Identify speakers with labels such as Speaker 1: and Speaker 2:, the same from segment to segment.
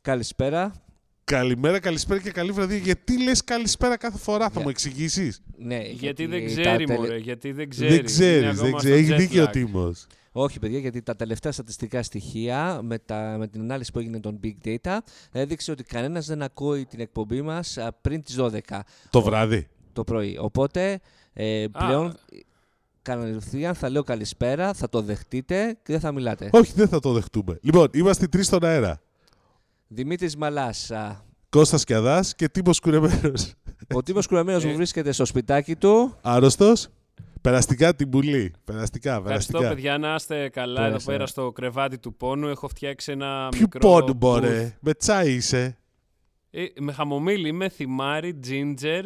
Speaker 1: Καλησπέρα.
Speaker 2: Καλημέρα, καλησπέρα και καλή βραδιά. Γιατί λες καλησπέρα κάθε φορά, θα
Speaker 1: Για-
Speaker 2: μου εξηγήσεις.
Speaker 1: Ναι,
Speaker 3: Γιατί δεν
Speaker 1: τα
Speaker 3: ξέρει,
Speaker 1: τελε-
Speaker 3: μωρέ, γιατί δεν ξέρει.
Speaker 2: Δεν
Speaker 3: Είναι
Speaker 2: ξέρεις,
Speaker 3: ακόμα
Speaker 2: δεν
Speaker 3: στο
Speaker 2: ξέρεις. Έχει
Speaker 3: jet
Speaker 2: δίκιο ο
Speaker 3: lag.
Speaker 2: Τίμος.
Speaker 1: Όχι, παιδιά, γιατί τα τελευταία στατιστικά στοιχεία με, τα, με την ανάλυση που έγινε των Big Data έδειξε ότι κανένας δεν ακούει την εκπομπή μας πριν τις 12
Speaker 2: Το βράδυ.
Speaker 1: το πρωί. Οπότε ε,
Speaker 3: Α.
Speaker 1: πλέον κανονικά θα λέω καλησπέρα, θα το δεχτείτε και δεν θα μιλάτε.
Speaker 2: Όχι, δεν θα το δεχτούμε. Λοιπόν, είμαστε τρεις στον αέρα.
Speaker 1: Δημήτρης Μαλάς, α,
Speaker 2: Κώστας Κιαδάς και Τίμος Κουρεμένος.
Speaker 1: ο Τίμος Κουραμένος
Speaker 3: Ε.
Speaker 1: μου βρίσκεται στο σπιτάκι του.
Speaker 2: Άρρωστος. Περαστικά την πουλή. Περαστικά,
Speaker 3: Ευχαριστώ,
Speaker 2: περαστικά.
Speaker 3: παιδιά, να είστε καλά
Speaker 1: Πέρασε,
Speaker 3: εδώ πέρα
Speaker 1: ναι.
Speaker 3: στο κρεβάτι του πόνου. Έχω φτιάξει ένα
Speaker 2: Ποιο
Speaker 3: μικρό...
Speaker 2: πόντου
Speaker 3: booth.
Speaker 2: μπορέ. Με τσάι είσαι.
Speaker 3: Ε, με χαμομήλι, με θυμάρι, ginger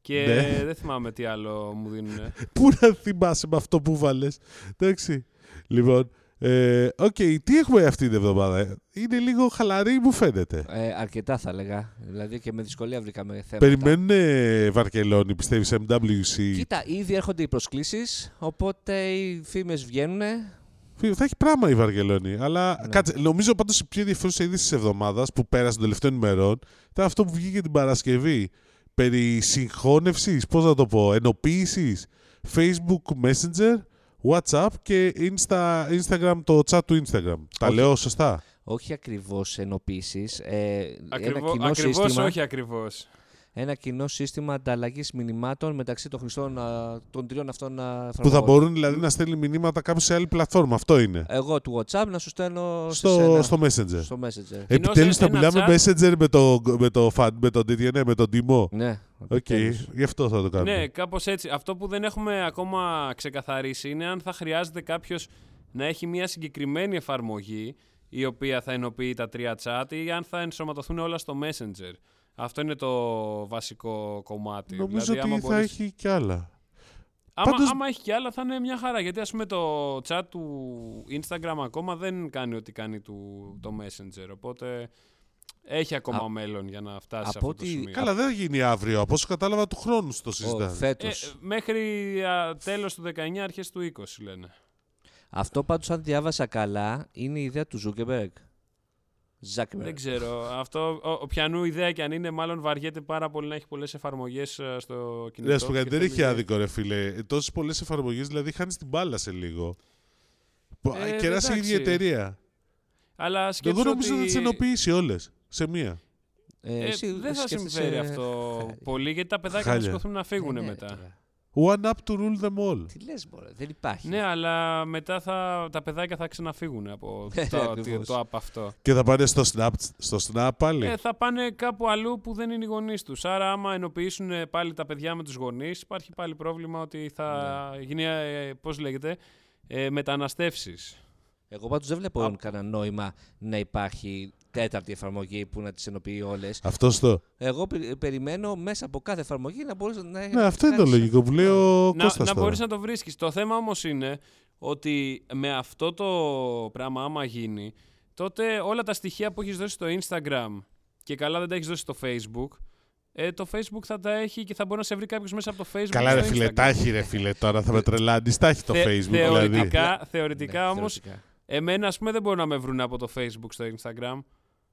Speaker 3: και
Speaker 2: Ναι.
Speaker 3: δεν θυμάμαι τι άλλο μου δίνουν.
Speaker 2: Πού να θυμάσαι με αυτό που βάλες. Εντάξει. Λοιπόν, ε, οκ, τι έχουμε αυτή την εβδομάδα. ε? Είναι λίγο χαλαρή, μου φαίνεται.
Speaker 1: Ε, αρκετά θα έλεγα. Δηλαδή και με δυσκολία βρήκαμε θέματα.
Speaker 2: Περιμένουν ε, Βαρκελόνη, πιστεύεις, MWC.
Speaker 1: Κοίτα, ήδη έρχονται οι προσκλήσεις, οπότε οι φήμες βγαίνουν.
Speaker 2: Φίλε, Θα έχει πράγμα η Βαρκελόνη. Αλλά
Speaker 1: Ναι.
Speaker 2: κάτσε, νομίζω πάντως η πιο ενδιαφέρουσα είδηση της εβδομάδας που πέρασε των τελευταίων ημερών ήταν αυτό που βγήκε την Παρασκευή. Περί συγχώνευσης, πώς να το πω, ενοποίησης Facebook Messenger, WhatsApp και Insta, Instagram, το chat του Instagram. Τα
Speaker 1: Όχι.
Speaker 2: λέω σωστά.
Speaker 1: Όχι ακριβώς ενοποίησης, ε, ένα
Speaker 3: Ακριβώ,
Speaker 1: κοινό
Speaker 3: ακριβώς
Speaker 1: σύστημα,
Speaker 3: όχι ακριβώς.
Speaker 1: ένα κοινό σύστημα ανταλλαγής μηνυμάτων μεταξύ των χρηστών α, των τριών αυτών α,
Speaker 2: Που θα
Speaker 1: εφαρμογών.
Speaker 2: μπορούν δηλαδή να στέλνει μηνύματα κάπου σε άλλη πλατφόρμα. Αυτό είναι.
Speaker 1: Εγώ του WhatsApp να σου στέλνω Ε, σε
Speaker 2: Στο,
Speaker 1: σένα,
Speaker 2: στο Messenger.
Speaker 1: στο Messenger.
Speaker 2: Επιτέλου θα
Speaker 3: ένα
Speaker 2: μιλάμε
Speaker 3: chat.
Speaker 2: Messenger με το, με το, φαν- με τον τέτοιο, ναι, με τον Τιμό.
Speaker 3: Ε,
Speaker 1: Ναι,
Speaker 2: Οκ,
Speaker 1: επιτέλους.
Speaker 2: γι' αυτό θα το κάνουμε.
Speaker 3: Ναι, κάπως έτσι. Αυτό που δεν έχουμε ακόμα ξεκαθαρίσει είναι αν θα χρειάζεται κάποιος να έχει μια συγκεκριμένη εφαρμογή η οποία θα ενοποιεί τα τρία chat ή αν θα ενσωματωθούν όλα στο Messenger. Αυτό είναι το βασικό κομμάτι.
Speaker 2: Νομίζω
Speaker 3: δηλαδή, άμα
Speaker 2: ότι θα
Speaker 3: μπορείς- Ναι.
Speaker 2: έχει κι άλλα.
Speaker 3: Άμα,
Speaker 2: Πάντως-
Speaker 3: άμα έχει και άλλα θα είναι μια χαρά. Γιατί ας πούμε το chat του Instagram ακόμα δεν κάνει ό,τι κάνει του, το Messenger. Οπότε έχει ακόμα
Speaker 1: Α-
Speaker 3: μέλλον για να φτάσει σε
Speaker 1: από
Speaker 3: αυτό το
Speaker 1: ό,τι-
Speaker 3: σημείο.
Speaker 2: Καλά, δεν θα γίνει αύριο. Από όσο κατάλαβα, του χρόνου στο
Speaker 1: Ο,
Speaker 2: συζητάνε.
Speaker 3: Ε,
Speaker 1: φέτος.
Speaker 3: μέχρι α, τέλος του 19, αρχές του 20 λένε.
Speaker 1: Αυτό πάντως αν διάβασα καλά είναι η ιδέα του Ζούκεμπεργκ.
Speaker 3: Δεν
Speaker 1: Ζάκεμπεργκ.
Speaker 3: ξέρω. Αυτό, ο, ο πιανού ιδέα και αν είναι, μάλλον βαριέται πάρα πολύ να έχει πολλές εφαρμογές α, στο κινητό.
Speaker 2: Ρε, σου πω κάτι,
Speaker 3: και
Speaker 2: δεν
Speaker 3: θέλει-
Speaker 2: έχει άδικο, ρε φίλε. Ε, Τόσες πολλές εφαρμογές, δηλαδή χάνεις την μπάλα σε λίγο.
Speaker 3: Ε,
Speaker 2: Ε, Κεράσει η ίδια
Speaker 3: εντάξει.
Speaker 2: εταιρεία.
Speaker 3: Αλλά
Speaker 2: Εγώ
Speaker 3: σκέψου
Speaker 2: νομίζω ότι...
Speaker 3: ότι...
Speaker 2: θα τις ενοποιήσει όλες. Σε μία.
Speaker 1: Ε,
Speaker 3: Ε,
Speaker 1: εσύ
Speaker 3: δεν θα
Speaker 1: σκέφτεσαι- ε,
Speaker 3: συμφέρει αυτό πολύ γιατί τα παιδάκια θα
Speaker 2: Χάλια.
Speaker 3: σηκωθούν να φύγουν
Speaker 1: Ναι, ρε,
Speaker 3: μετά.
Speaker 1: τώρα.
Speaker 2: One up to rule them all.
Speaker 1: Τι λες μωρέ, δεν υπάρχει.
Speaker 3: Ναι, αλλά μετά θα, τα παιδάκια θα ξαναφύγουν από
Speaker 1: Ε,
Speaker 3: το, το,
Speaker 1: ακριβώς.
Speaker 3: το app αυτό.
Speaker 2: Και θα πάνε στο snap, στο snap πάλι.
Speaker 3: Ε, θα πάνε κάπου αλλού που δεν είναι οι γονείς τους. Άρα, άμα ενοποιήσουν ε, πάλι τα παιδιά με τους γονείς, υπάρχει πάλι πρόβλημα ότι θα
Speaker 1: Ναι.
Speaker 3: γίνει, ε, πώς λέγεται, ε, μεταναστεύσεις.
Speaker 1: Εγώ πάντως δεν βλέπω
Speaker 3: Α.
Speaker 1: κανένα νόημα να υπάρχει τέταρτη εφαρμογή που να τις ενοποιεί όλες.
Speaker 2: Αυτό το.
Speaker 1: Εγώ πε- περιμένω μέσα από κάθε εφαρμογή να μπορείς να...
Speaker 2: Ναι, αυτό είναι το
Speaker 1: κάνεις-
Speaker 2: λογικό που λέει ο
Speaker 3: ε, Να,
Speaker 2: Κώστας
Speaker 3: να
Speaker 2: τώρα.
Speaker 3: μπορείς να το βρίσκεις. Το θέμα όμως είναι ότι με αυτό το πράγμα, άμα γίνει, τότε όλα τα στοιχεία που έχεις δώσει στο Instagram και καλά δεν τα έχεις δώσει στο Facebook. Ε, το Facebook θα τα έχει και θα μπορεί να σε βρει κάποιος μέσα από το Facebook.
Speaker 2: Καλά,
Speaker 3: στο
Speaker 2: ρε φίλε,
Speaker 3: Instagram.
Speaker 2: τα έχει, ρε φίλε, τώρα θα με τρελάνεις. Τα έχει το
Speaker 3: Θε-
Speaker 2: Facebook, δηλαδή.
Speaker 3: Θεωρητικά,
Speaker 1: Ναι,
Speaker 3: θεωρητικά όμως,
Speaker 1: θεωρητικά.
Speaker 3: εμένα ας πούμε δεν μπορούν να με βρουν από το Facebook στο Instagram.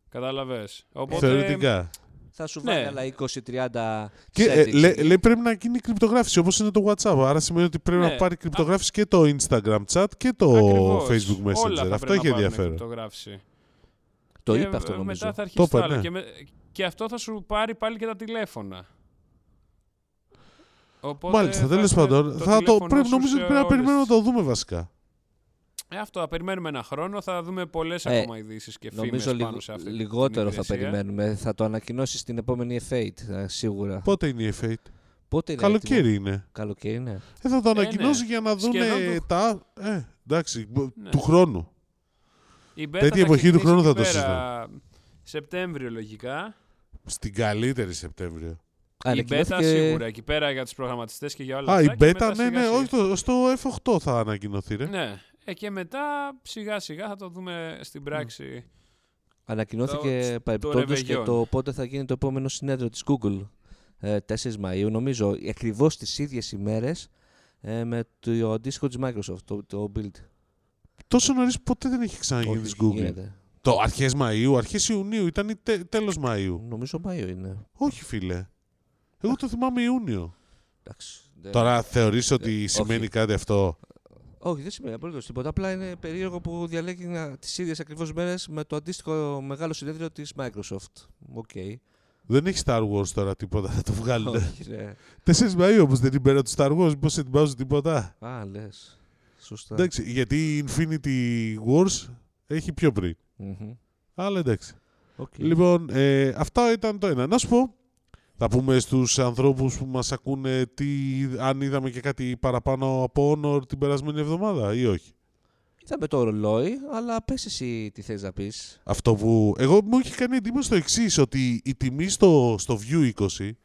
Speaker 3: Κατάλαβες. Οπότε.
Speaker 2: Θεωρητικά.
Speaker 1: Θα σου
Speaker 3: Ναι.
Speaker 1: βάλει άλλα 20-30
Speaker 2: Και ε,
Speaker 1: settings.
Speaker 2: λέ- λέει πρέπει να γίνει κρυπτογράφηση όπως είναι το WhatsApp. Άρα σημαίνει ότι πρέπει
Speaker 3: Ναι.
Speaker 2: να πάρει κρυπτογράφηση και το Instagram chat και το
Speaker 3: ακριβώς,
Speaker 2: Facebook
Speaker 3: όλα θα
Speaker 2: Messenger.
Speaker 3: πρέπει
Speaker 2: Αυτό
Speaker 3: να
Speaker 2: έχει
Speaker 3: πάρουν
Speaker 2: ενδιαφέρον.
Speaker 3: κρυπτογράφηση.
Speaker 1: Το
Speaker 3: Και,
Speaker 1: είπε αυτό
Speaker 3: ε,
Speaker 1: νομίζω.
Speaker 3: Μετά θα αρχίσει
Speaker 2: Το
Speaker 3: το
Speaker 2: είπε,
Speaker 3: άλλο.
Speaker 2: ναι.
Speaker 3: Και, με- και αυτό θα σου πάρει πάλι και τα τηλέφωνα. Οπότε
Speaker 2: Μάλιστα, τέλο
Speaker 3: σε-
Speaker 2: πάντων. θα το,
Speaker 3: τηλέφωνο
Speaker 2: πρέπει,
Speaker 3: σου
Speaker 2: νομίζω
Speaker 3: σε
Speaker 2: ότι πρέπει να
Speaker 3: όλες
Speaker 2: περιμένουμε να
Speaker 3: τις-
Speaker 2: το δούμε βασικά.
Speaker 3: Ε, αυτό, θα περιμένουμε ένα χρόνο. Θα δούμε πολλές
Speaker 1: Ε,
Speaker 3: ακόμα ειδήσεις και φήμες
Speaker 1: Νομίζω
Speaker 3: πάνω
Speaker 1: λιγ-
Speaker 3: σε αυτή την
Speaker 1: λιγότερο θα
Speaker 3: υπηρεσία.
Speaker 1: περιμένουμε. Θα το ανακοινώσεις στην επόμενη F8 ε, σίγουρα.
Speaker 2: Πότε είναι η F8.
Speaker 1: Πότε είναι έτοιμο?
Speaker 2: Καλοκαίρι είναι.
Speaker 1: Καλοκαίρι, ναι.
Speaker 2: Ε, θα το
Speaker 3: ναι.
Speaker 2: ανακοινώσει για να δουν
Speaker 3: Σχεδόν
Speaker 2: ε,
Speaker 3: του-
Speaker 2: τα. Ε, εντάξει, μπο-
Speaker 3: Ναι.
Speaker 2: του χρόνου.
Speaker 3: Η beta
Speaker 2: Τέτοια
Speaker 3: θα
Speaker 2: εποχή του
Speaker 3: ξεκινήσει
Speaker 2: χρόνου θα
Speaker 3: εκεί
Speaker 2: το
Speaker 3: πέρα Σεπτέμβριο λογικά.
Speaker 2: Στην καλύτερη Σεπτέμβριο.
Speaker 1: ναι,
Speaker 3: Η beta
Speaker 1: Ανακοινώθηκε-
Speaker 3: σίγουρα εκεί πέρα για τους προγραμματιστές και για όλα
Speaker 2: Α, η
Speaker 3: αυτά.
Speaker 2: Beta,
Speaker 3: και μετά
Speaker 2: ναι, ναι,
Speaker 3: σιγά-σιγά.
Speaker 2: όχι, το- στο F8 θα ανακοινωθεί, ρε.
Speaker 3: Ναι. Ε, και μετά σιγά σιγά θα το δούμε στην πράξη.
Speaker 1: Ανακοινώθηκε
Speaker 3: το
Speaker 1: παρεπιπτόντως και
Speaker 3: Ρεβεγιόν.
Speaker 1: το πότε θα γίνει το επόμενο συνέδριο της Google. ε, 4 Μαΐου, νομίζω, ακριβώς τις ίδιες ημέρες ε, με το αντίστοιχο της Microsoft, το, το Build.
Speaker 2: Τόσο νωρίς ποτέ δεν έχει ξαναγίνει
Speaker 1: Όχι,
Speaker 2: της Google.
Speaker 1: γίνεται.
Speaker 2: Το αρχές Μαου, αρχές Ιουνίου, ήταν η τε, τέλος Μαου.
Speaker 1: Νομίζω Μάιο είναι.
Speaker 2: Όχι, φίλε. Εγώ το θυμάμαι Ιούνιο.
Speaker 1: Εντάξει. δεν-
Speaker 2: Τώρα θεωρείς ότι σημαίνει κάτι αυτό.
Speaker 1: Όχι, δεν σημαίνει απολύτως τίποτα. Απλά είναι περίεργο που διαλέγει τις ίδιες ακριβώς μέρες με το αντίστοιχο μεγάλο συνέδριο της Microsoft. Οκ.
Speaker 2: Δεν έχει Star Wars τώρα τίποτα, θα το βγάλουν.
Speaker 1: Όχι, ναι.
Speaker 2: 4 Μαου όμως δεν είναι η μέρα του Star Wars, μήπω ετοιμάζουν τίποτα.
Speaker 1: Α, λες. Σωστά.
Speaker 2: Εντάξει, γιατί η Infinity Wars έχει πιο πριν.
Speaker 1: Μμμ.
Speaker 2: Αλλά εντάξει.
Speaker 1: Οκ.
Speaker 2: Λοιπόν, ε, αυτά ήταν το ένα. Να σου πω, θα πούμε στους ανθρώπους που μας ακούνε τι, αν είδαμε και κάτι παραπάνω από Honor την περασμένη εβδομάδα ή όχι.
Speaker 1: Είδαμε το ρολόι, αλλά πες εσύ τι θες να πεις.
Speaker 2: Αυτό που... Εγώ μου έχει κάνει εντύπωση το εξής ότι η τιμή στο, στο View 20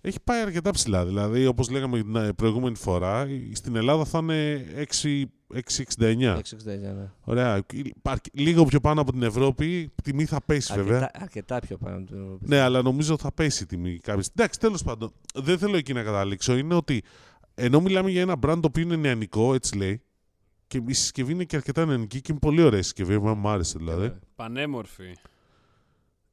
Speaker 2: έχει πάει αρκετά ψηλά. Δηλαδή, όπως λέγαμε την ε, προηγούμενη φορά, στην Ελλάδα θα είναι 6, 6,69.
Speaker 1: 669, ναι.
Speaker 2: Ωραία. Αρκε- Λίγο πιο πάνω από την Ευρώπη, τιμή θα πέσει βέβαια.
Speaker 1: Αρκετά, αρκετά πιο πάνω. του-
Speaker 2: Ναι, αλλά νομίζω θα πέσει η τιμή κάποια. Εντάξει, τέλος πάντων, δεν θέλω εκεί να καταλήξω. Είναι ότι ενώ μιλάμε για ένα brand το οποίο είναι νεανικό, έτσι λέει, και η συσκευή είναι και αρκετά νεανική και είναι πολύ ωραία η συσκευή. Εμένα Μου άρεσε δηλαδή.
Speaker 3: Ε,
Speaker 1: Ναι.
Speaker 3: Πανέμορφη.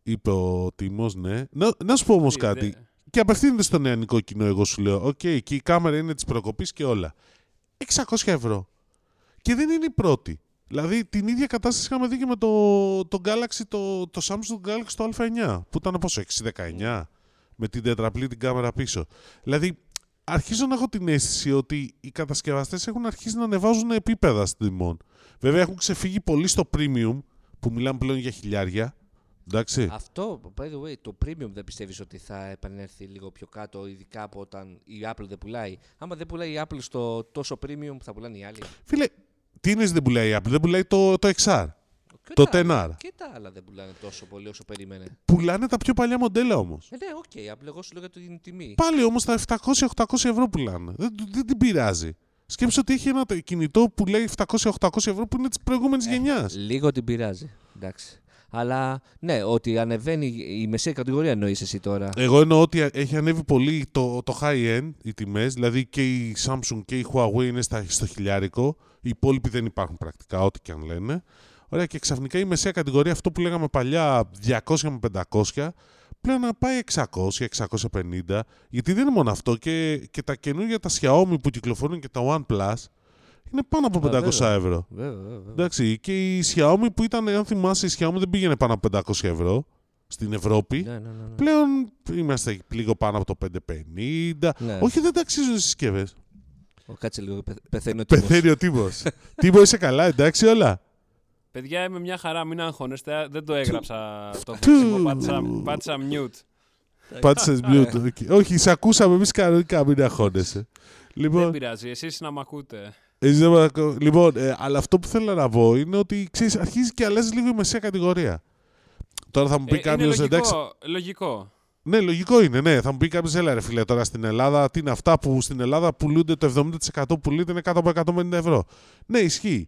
Speaker 2: Είπε ο Τίμος, ναι. Να, να σου πω όμως
Speaker 3: Τι,
Speaker 2: κάτι.
Speaker 3: δε-
Speaker 2: Και απευθύνεται στο νεανικό κοινό, εγώ σου λέω. Οκ, και η κάμερα είναι της προκοπής και όλα. 600 ευρώ. Και δεν είναι η πρώτη. Δηλαδή την ίδια κατάσταση είχαμε δει και με το, το, Galaxy, το, το Samsung Galaxy το Α9. Που ήταν πόσο, 619. Με την τετραπλή την κάμερα πίσω. Δηλαδή αρχίζω να έχω την αίσθηση ότι οι κατασκευαστές έχουν αρχίσει να ανεβάζουν επίπεδα στην τιμών. Βέβαια έχουν ξεφύγει πολύ στο premium που μιλάμε πλέον για χιλιάρια. Εντάξει.
Speaker 1: Αυτό, by the way, το premium δεν πιστεύεις ότι θα επανέλθει λίγο πιο κάτω, ειδικά από όταν η Apple δεν πουλάει. Άμα δεν πουλάει η Apple στο τόσο premium που θα πουλάνε οι άλλοι.
Speaker 2: Φίλε, τι είναι δεν πουλάει η Apple, δεν πουλάει το, το XR.
Speaker 1: Και
Speaker 2: Το
Speaker 1: τα άλλα-
Speaker 2: 10R.
Speaker 1: Και τα άλλα δεν πουλάνε τόσο πολύ όσο περίμενε.
Speaker 2: Πουλάνε τα πιο παλιά μοντέλα όμως.
Speaker 1: Ε, ναι, οκ, απλά εγώ σου λέω για την τιμή.
Speaker 2: Πάλι όμως τα 700-800 ευρώ πουλάνε. Δεν, δεν την πειράζει. Σκέψτε ότι έχει ένα κινητό που λέει 700-800 ευρώ που είναι της προηγούμενης γενιάς.
Speaker 1: Λίγο την πειράζει. Εντάξει. Αλλά ναι, ότι ανεβαίνει η μεσαία κατηγορία εννοείς εσύ τώρα.
Speaker 2: Εγώ εννοώ ότι έχει ανέβει πολύ το, το high end, οι τιμές. Δηλαδή και η Samsung και η Huawei είναι στα, στο χιλιάρικο. Οι υπόλοιποι δεν υπάρχουν πρακτικά, ό,τι και αν λένε. Ωραία, και ξαφνικά η μεσαία κατηγορία, αυτό που λέγαμε παλιά 200 με 500, πλέον να πάει 600-650. Γιατί δεν είναι μόνο αυτό. Και, και τα καινούργια τα Xiaomi που κυκλοφορούν και τα OnePlus είναι πάνω από 500
Speaker 1: βέβαια.
Speaker 2: ευρώ.
Speaker 1: Βέβαια, βέβαια.
Speaker 2: Εντάξει, και η Xiaomi που ήταν, αν θυμάσαι, η Xiaomi δεν πήγαινε πάνω από 500 ευρώ στην Ευρώπη.
Speaker 1: Ναι, ναι, ναι, ναι.
Speaker 2: Πλέον είμαστε λίγο πάνω από το 550.
Speaker 1: Ναι.
Speaker 2: Όχι, δεν τα αξίζουν οι συσκευές.
Speaker 1: Ο, κάτσε λίγο, πεθ- πεθαίνει ο τύπος.
Speaker 2: Πεθαίνει ο Τίμος. Τίμος, είσαι καλά, εντάξει όλα.
Speaker 3: Παιδιά, είμαι μια χαρά, μην αγχώνεστε. Α, Δεν το έγραψα το
Speaker 2: Του.
Speaker 3: βίντεο. Πάτησα, πάτησα mute.
Speaker 2: Πάτησες mute. οκ. Όχι, σε ακούσαμε εμείς κανονικά, μην αγχώνεσαι.
Speaker 3: Δεν
Speaker 2: Λοιπόν,
Speaker 3: πειράζει, εσείς να μ' ακούτε.
Speaker 2: εσείς δεν μας ακού- λοιπόν ε, αλλά αυτό που θέλω να πω είναι ότι ξέρεις, αρχίζει και αλλάζει λίγο η μεσαία κατηγορία. Τώρα θα μου πει
Speaker 3: Ε, είναι
Speaker 2: κάποιο, εντάξει.
Speaker 3: λογικό, λογικό.
Speaker 2: Ναι, λογικό είναι, ναι. Θα μου πει κάποιος, έλα ρε φίλε, τώρα στην Ελλάδα, τι είναι αυτά που στην Ελλάδα πουλούνται, το 70% που πουλείται είναι κάτω από 150 ευρώ. Ναι, ισχύει.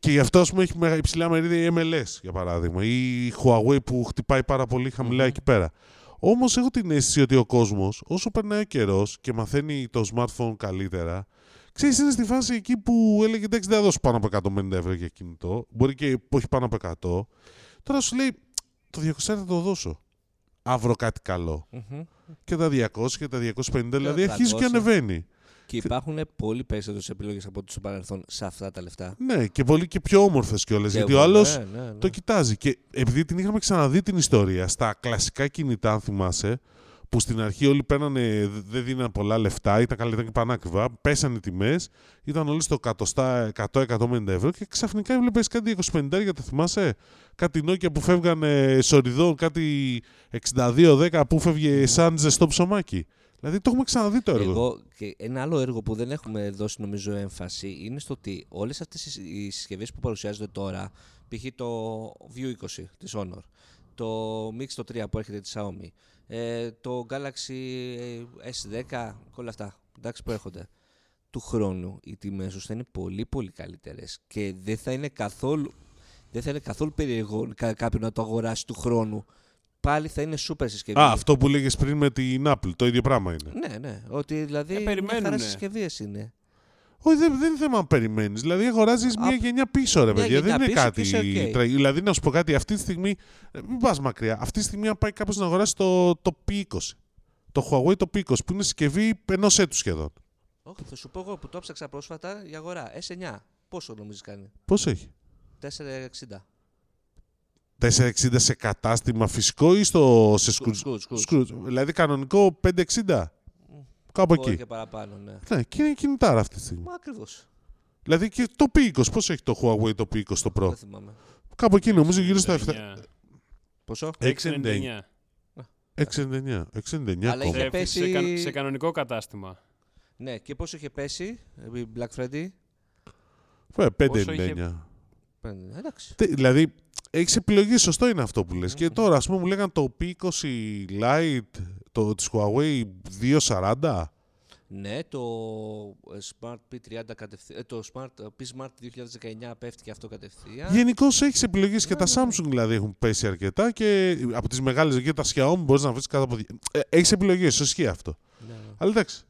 Speaker 2: Και γι' αυτό, ας πούμε, έχει μεγα- υψηλά μερίδια η MLS, για παράδειγμα, ή η Huawei που χτυπάει πάρα πολύ χαμηλά εκεί πέρα. Όμως έχω την αίσθηση ότι ο κόσμος, όσο περνάει ο καιρός και μαθαίνει το smartphone καλύτερα, ξέρεις, είναι στη φάση εκεί που έλεγε εντάξει, δεν θα δώσω πάνω από 150 ευρώ για κινητό. Μπορεί και που έχει πάνω από 100. Τώρα σου λέει, το 200 θα το δώσω. Αύριο κάτι καλό.
Speaker 1: Μμμ.
Speaker 2: Και τα 200 και τα 250, δηλαδή
Speaker 1: τα
Speaker 2: αρχίζει και
Speaker 1: 300.
Speaker 2: ανεβαίνει.
Speaker 1: Και υπάρχουν πολύ περισσότερες επιλογές από ό,τι στο παρελθόν σε αυτά τα λεφτά.
Speaker 2: Ναι, και πολύ και πιο όμορφες κιόλας. Γιατί ο
Speaker 1: Ναι,
Speaker 2: άλλος
Speaker 1: ναι, ναι.
Speaker 2: το κοιτάζει. Και επειδή την είχαμε ξαναδεί την ιστορία στα κλασικά κινητά, αν θυμάσαι, που στην αρχή όλοι παίρνανε, δεν δίνανε πολλά λεφτά, ήταν καλύτερα και πανάκριβα, πέσανε οι τιμές, ήταν όλοι στο 100, 100-150 ευρώ και ξαφνικά έβλεπες κάτι 25 για το θυμάσαι. Κάτι νόκια που φεύγανε σοριδών, κάτι 62-10 που φεύγε σαν ζεστό ψωμάκι. Δηλαδή το έχουμε ξαναδεί το έργο.
Speaker 1: Εγώ και ένα άλλο έργο που δεν έχουμε δώσει νομίζω έμφαση είναι στο ότι όλες αυτές οι συσκευές που παρουσιάζονται τώρα, π.χ. το View 20 της Honor, το Mix το 3 που έρχεται τη Xiaomi, ε, το Galaxy S10, όλα αυτά εντάξει, που έρχονται. Του χρόνου οι τιμές τους θα είναι πολύ πολύ καλύτερες και δεν θα είναι καθόλου, δεν θα είναι καθόλου περίεργο κα- κάποιον να το αγοράσει του χρόνου. Πάλι θα είναι σούπερ συσκευή.
Speaker 2: Α, αυτό που λέγες πριν με την Apple, το ίδιο πράγμα είναι.
Speaker 1: Ναι, ναι. Ότι δηλαδή.
Speaker 3: Ε,
Speaker 1: μια χαρά
Speaker 3: περιμένουνε.
Speaker 1: συσκευέ είναι.
Speaker 2: Όχι, δεν, δεν είναι θέμα αν περιμένεις. Δηλαδή, αγοράζεις μια γενιά πίσω, ρε
Speaker 1: μια
Speaker 2: παιδιά. Δεν
Speaker 1: γενιά
Speaker 2: είναι
Speaker 1: πίσω,
Speaker 2: κάτι.
Speaker 1: πίσω, οκ.
Speaker 2: τρα- Δηλαδή, να σου πω κάτι, αυτή τη στιγμή. ε, Μην πας μακριά. Αυτή τη στιγμή, αν πάει κάποιος να αγοράσει το, το P20. Το Huawei το P20, που είναι συσκευή ενός έτους σχεδόν.
Speaker 1: Όχι, θα σου πω εγώ που το ψάξα πρόσφατα για αγορά. S9. Πόσο νομίζεις κάνει.
Speaker 2: Πόσο έχει.
Speaker 1: 4,60.
Speaker 2: 460 σε κατάστημα φυσικό ή στο, σε
Speaker 1: Σκουτ,
Speaker 2: σκουτζ.
Speaker 1: σκουτ, σκουτ.
Speaker 2: σκουτζ. Δηλαδή, κανονικό 560. Κάπου
Speaker 1: Μπορεί
Speaker 2: εκεί.
Speaker 1: και παραπάνω, ναι.
Speaker 2: Ναι, και είναι κινητάρα αυτή τη στιγμή.
Speaker 1: Μα ακριβώς.
Speaker 2: Δηλαδή και το P20, πόσο έχει το Huawei το P20 το Pro.
Speaker 1: Δεν θυμάμαι.
Speaker 2: Κάπου
Speaker 1: ε,
Speaker 2: εκεί νομίζω γύρω στα 7.
Speaker 1: Ποσό.
Speaker 2: 699. 699. 69
Speaker 1: Αλλά είχε-
Speaker 2: ακόμα.
Speaker 3: Σε,
Speaker 1: πέσει-
Speaker 3: σε, κα- σε κανονικό κατάστημα.
Speaker 1: Ναι, και πόσο είχε πέσει επί Black Friday.
Speaker 2: Ε,
Speaker 3: Πόσο
Speaker 2: 599.
Speaker 3: είχε-
Speaker 1: Πέντε, Εντάξει.
Speaker 2: Τε- Δηλαδή έχεις επιλογή, σωστό είναι αυτό που λες. Και τώρα ας πούμε μου λέγανε το P20 Lite το, της Huawei 240.
Speaker 1: Ναι, το ε, Smart P30 κατευθείαν. Το Smart, ε, P Smart 2019 πέφτει και αυτό κατευθείαν.
Speaker 2: Γενικώ έχεις επιλογές και τα Samsung δηλαδή έχουν πέσει αρκετά και από τις μεγάλες εκεί τα Xiaomi μπορείς να βρεις κάτω από. Έχεις επιλογές, ισχύει αυτό.
Speaker 1: Ναι, ναι.
Speaker 2: Αλλά εντάξει.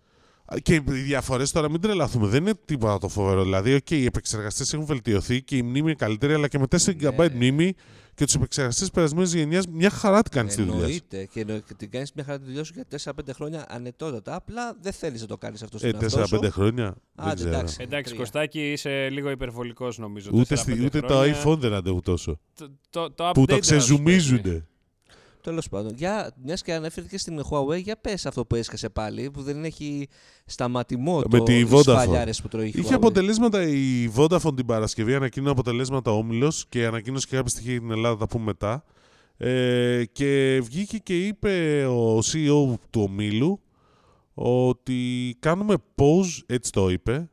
Speaker 2: Και οι διαφορές τώρα, μην τρελαθούμε, δεν είναι τίποτα το φοβερό. Δηλαδή, οκ, οι επεξεργαστές έχουν βελτιωθεί και η μνήμη είναι καλύτερη, αλλά και με 4 GB
Speaker 1: Ναι.
Speaker 2: μνήμη και τους επεξεργαστές περασμένης γενιάς, μια χαρά τι κάνεις τη δουλειά. σου.
Speaker 1: Εννοείται. Και, εννο- και την κάνεις μια χαρά τη δουλειά σου για 4-5 χρόνια ανετότατα. Απλά δεν θέλεις να το κάνεις αυτό
Speaker 2: Ε,
Speaker 1: στον εαυτό σου.
Speaker 2: 4-5 χρόνια.
Speaker 1: Άντε,
Speaker 2: δεν ξέρω.
Speaker 1: εντάξει.
Speaker 3: Εντάξει,
Speaker 1: Τρία.
Speaker 3: Κωστάκη, είσαι λίγο υπερβολικός νομίζω.
Speaker 2: Ούτε,
Speaker 3: Τέσσερα,
Speaker 2: στη-
Speaker 3: πέντε
Speaker 2: ούτε τα
Speaker 3: χρόνια.
Speaker 2: iPhone δεν αντέχουν τόσο.
Speaker 3: Το, το, το
Speaker 2: Που
Speaker 3: update
Speaker 2: τα
Speaker 3: να σου παίζει.
Speaker 2: ξεζουμίζουνε.
Speaker 1: Τέλος πάντων, για, μιας και ανέφερε και στην Huawei, για πες αυτό που έσκασε πάλι, που δεν έχει σταματημό
Speaker 2: Με
Speaker 1: το
Speaker 2: τη
Speaker 1: τις
Speaker 2: Vodafone.
Speaker 1: φαλιάρες που τρώει η
Speaker 2: Είχε
Speaker 1: Huawei.
Speaker 2: αποτελέσματα η Vodafone την Παρασκευή, ανακοίνωσε αποτελέσματα όμιλος και ανακοίνωσε και κάποια στοιχεία για την Ελλάδα, τα πούμε μετά. Ε, και βγήκε και είπε ο CEO του ομίλου ότι κάνουμε pause, έτσι το είπε,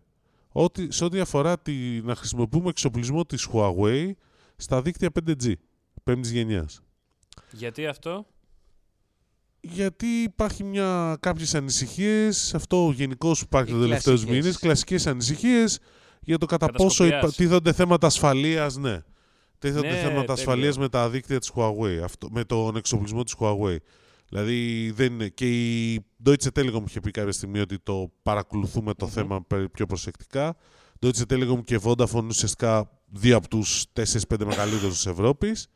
Speaker 2: ότι, σε ό,τι αφορά τη, να χρησιμοποιούμε εξοπλισμό της Huawei στα δίκτυα 5G, πέμπτης γενιάς.
Speaker 3: Γιατί αυτό.
Speaker 2: Γιατί υπάρχει μια, κάποιες ανησυχίες, αυτό γενικώ υπάρχει
Speaker 1: Οι
Speaker 2: το τελευταίους
Speaker 1: κλασικές.
Speaker 2: μήνες, κλασικές ανησυχίες για το κατά πόσο
Speaker 3: Κατασκοπιάς.
Speaker 2: υπα- τίθονται θέματα ασφαλείας, ναι. Τίθονται
Speaker 3: Ναι,
Speaker 2: θέματα
Speaker 3: τέλεια.
Speaker 2: ασφαλείας με τα δίκτυα της Huawei, αυτό, με τον εξοπλισμό της Huawei. Δηλαδή δεν είναι. Και η Deutsche Telekom είχε πει κάποια στιγμή ότι το παρακολουθούμε το θέμα περι- πιο προσεκτικά. Deutsche Telekom και Vodafone είναι ουσιαστικά δύο από τους 4-5 μεγαλύτερους της Ευρώπης.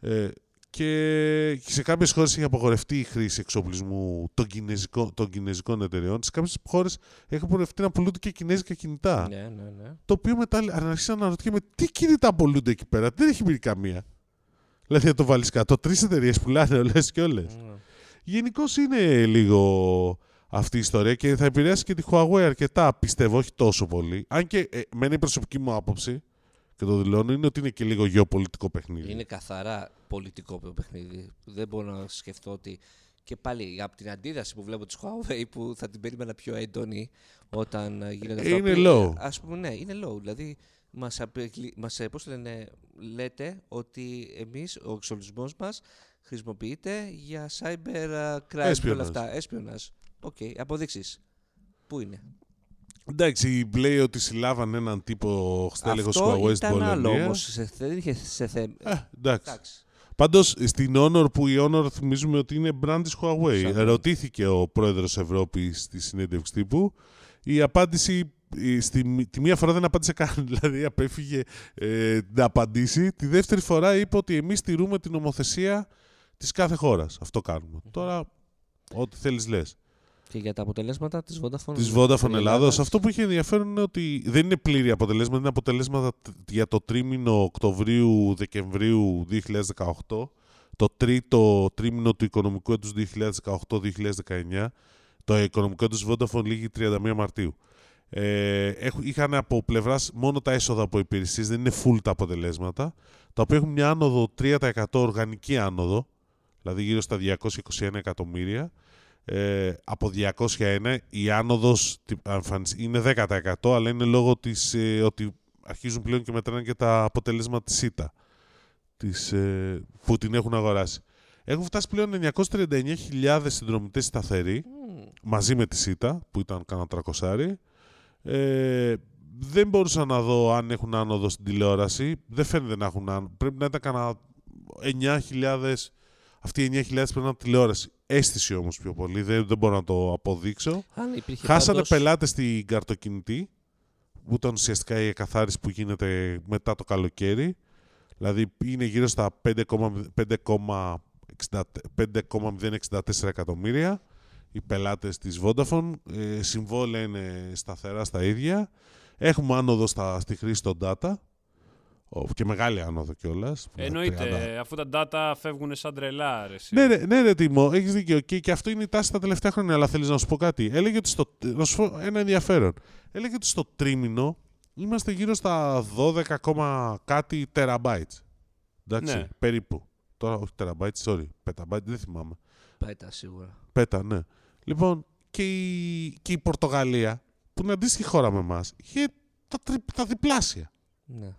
Speaker 2: Ε, και σε κάποιες χώρες έχει απαγορευτεί η χρήση εξοπλισμού των κινέζικων, των κινέζικων εταιριών. Σε κάποιες χώρες έχει απαγορευτεί να πουλούνται και κινέζικα κινητά.
Speaker 1: Ναι, ναι, ναι.
Speaker 2: Το οποίο μετά αρχίσει να αναρωτιέμαι τι κινητά πουλούνται εκεί πέρα. Δεν έχει μπει καμία. Δηλαδή θα το βάλεις κάτω. Τρεις εταιρείες πουλάνε όλε και όλες.
Speaker 1: Ναι.
Speaker 2: Γενικώς είναι λίγο αυτή η ιστορία και θα επηρεάσει και τη Huawei αρκετά, πιστεύω, όχι τόσο πολύ. Αν και ε, εμένα η προσωπική μου άποψη, και το δηλώνω, είναι ότι είναι και λίγο γεωπολιτικό παιχνίδι.
Speaker 1: Είναι καθαρά πολιτικό το παιχνίδι. Δεν μπορώ να σκεφτώ ότι. Και πάλι από την αντίδραση που βλέπω της Huawei που θα την περίμενα πιο έντονη όταν ε, γίνεται αυτό.
Speaker 2: Είναι low.
Speaker 1: Ας πούμε, ναι, είναι low. Δηλαδή, μας μας, ε, πώς το λένε, λέτε ότι εμείς, ο εξοπλισμός μας χρησιμοποιείται για cyber ε, crime και όλα
Speaker 2: Espionage.
Speaker 1: αυτά. Έσπιονα. Οκ, αποδείξεις. Πού είναι.
Speaker 2: Εντάξει, λέει ότι συλλάβαν έναν τύπο στέλεχος τη
Speaker 1: Αυτό
Speaker 2: Huawei στην
Speaker 1: ήταν άλλο
Speaker 2: Πολωνία.
Speaker 1: όμως. Δεν είχε σε θέμα.
Speaker 2: Ε, εντάξει.
Speaker 1: Εντάξει.
Speaker 2: Πάντως στην Honor που η Honor θυμίζουμε ότι είναι brand της Huawei.
Speaker 1: Σαν-
Speaker 2: Ρωτήθηκε ο πρόεδρος Ευρώπη στη συνέντευξη τύπου. Η απάντηση. ε, Στη, τη μία φορά δεν απάντησε καν, δηλαδή απέφυγε ε, να απαντήσει. Τη δεύτερη φορά είπε ότι εμείς τηρούμε την νομοθεσία της κάθε χώρας. Αυτό κάνουμε. Τώρα, ό,τι θέλεις λες.
Speaker 1: Και για τα αποτελέσματα της Vodafone.
Speaker 2: Της Vodafone
Speaker 1: της
Speaker 2: Ελλάδο. Αυτό που είχε ενδιαφέρον είναι ότι δεν είναι πλήρη αποτελέσματα. Είναι αποτελέσματα τ- για το τρίμηνο Οκτωβρίου-Δεκεμβρίου 2018. Το τρίτο τρίμηνο του οικονομικού έτους 2018-2019. Το οικονομικό έτος Vodafone λήγει 31 Μαρτίου. Ε, έχου- είχαν από πλευράς μόνο τα έσοδα από υπηρεσίες, δεν είναι full τα αποτελέσματα. Τα οποία έχουν μια άνοδο 3% οργανική άνοδο, δηλαδή γύρω στα 221 εκατομμύρια. Ε, από 201 η άνοδος τι- εμφανισ- είναι 10% αλλά είναι λόγω της, ε, ότι αρχίζουν πλέον και μετράνε και τα αποτελέσματα της ΣΥΤΑ της, ε, που την έχουν αγοράσει. Έχουν φτάσει πλέον 939.000 συνδρομητές σταθεροί μαζί με τη ΣΥΤΑ που ήταν κάνα τρακοσάρι. Ε, δεν μπορούσα να δω αν έχουν άνοδο στην τηλεόραση. Δεν φαίνεται να έχουν άνοδο. Πρέπει να ήταν κανένα 9.000. Αυτοί οι 9.000 πρέπει να είναι από τηλεόραση. Αίσθηση όμως πιο πολύ. Δεν, δεν μπορώ να το αποδείξω.
Speaker 1: Αν υπήρχε
Speaker 2: Χάσανε
Speaker 1: πάντως-
Speaker 2: πελάτες στην καρτοκινητή. που ήταν ουσιαστικά η εκαθάριση που γίνεται μετά το καλοκαίρι. Δηλαδή είναι γύρω στα 5,0- 5,064 εκατομμύρια οι πελάτες της Vodafone. Ε, συμβόλαια είναι σταθερά στα ίδια. Έχουμε άνοδο στα, στη χρήση των data Ο- και μεγάλη άνοδο κιόλας.
Speaker 3: Εννοείται, αφού τα data φεύγουν σαν τρελά, ρε, εσύ.
Speaker 2: Ναι, ρε, ναι, ρε Τίμω, έχεις δίκιο. Και, και αυτό είναι η τάση τα τελευταία χρόνια. Αλλά θέλεις να σου πω κάτι. Έλεγε ότι στο. Να σου πω ένα ενδιαφέρον. Έλεγε ότι στο τρίμηνο είμαστε γύρω στα 12, κόμμα κάτι τεραμπάιτ. Εντάξει,
Speaker 3: Ναι.
Speaker 2: περίπου. Τώρα όχι τεραμπάιτ, sorry. Πεταμπάιτ, δεν θυμάμαι.
Speaker 1: Πέτα σίγουρα.
Speaker 2: Πέτα, ναι. Λοιπόν, και η, και η Πορτογαλία, που είναι αντίστοιχη χώρα με εμάς, είχε τα, τρι- τα διπλάσια.
Speaker 1: Ναι.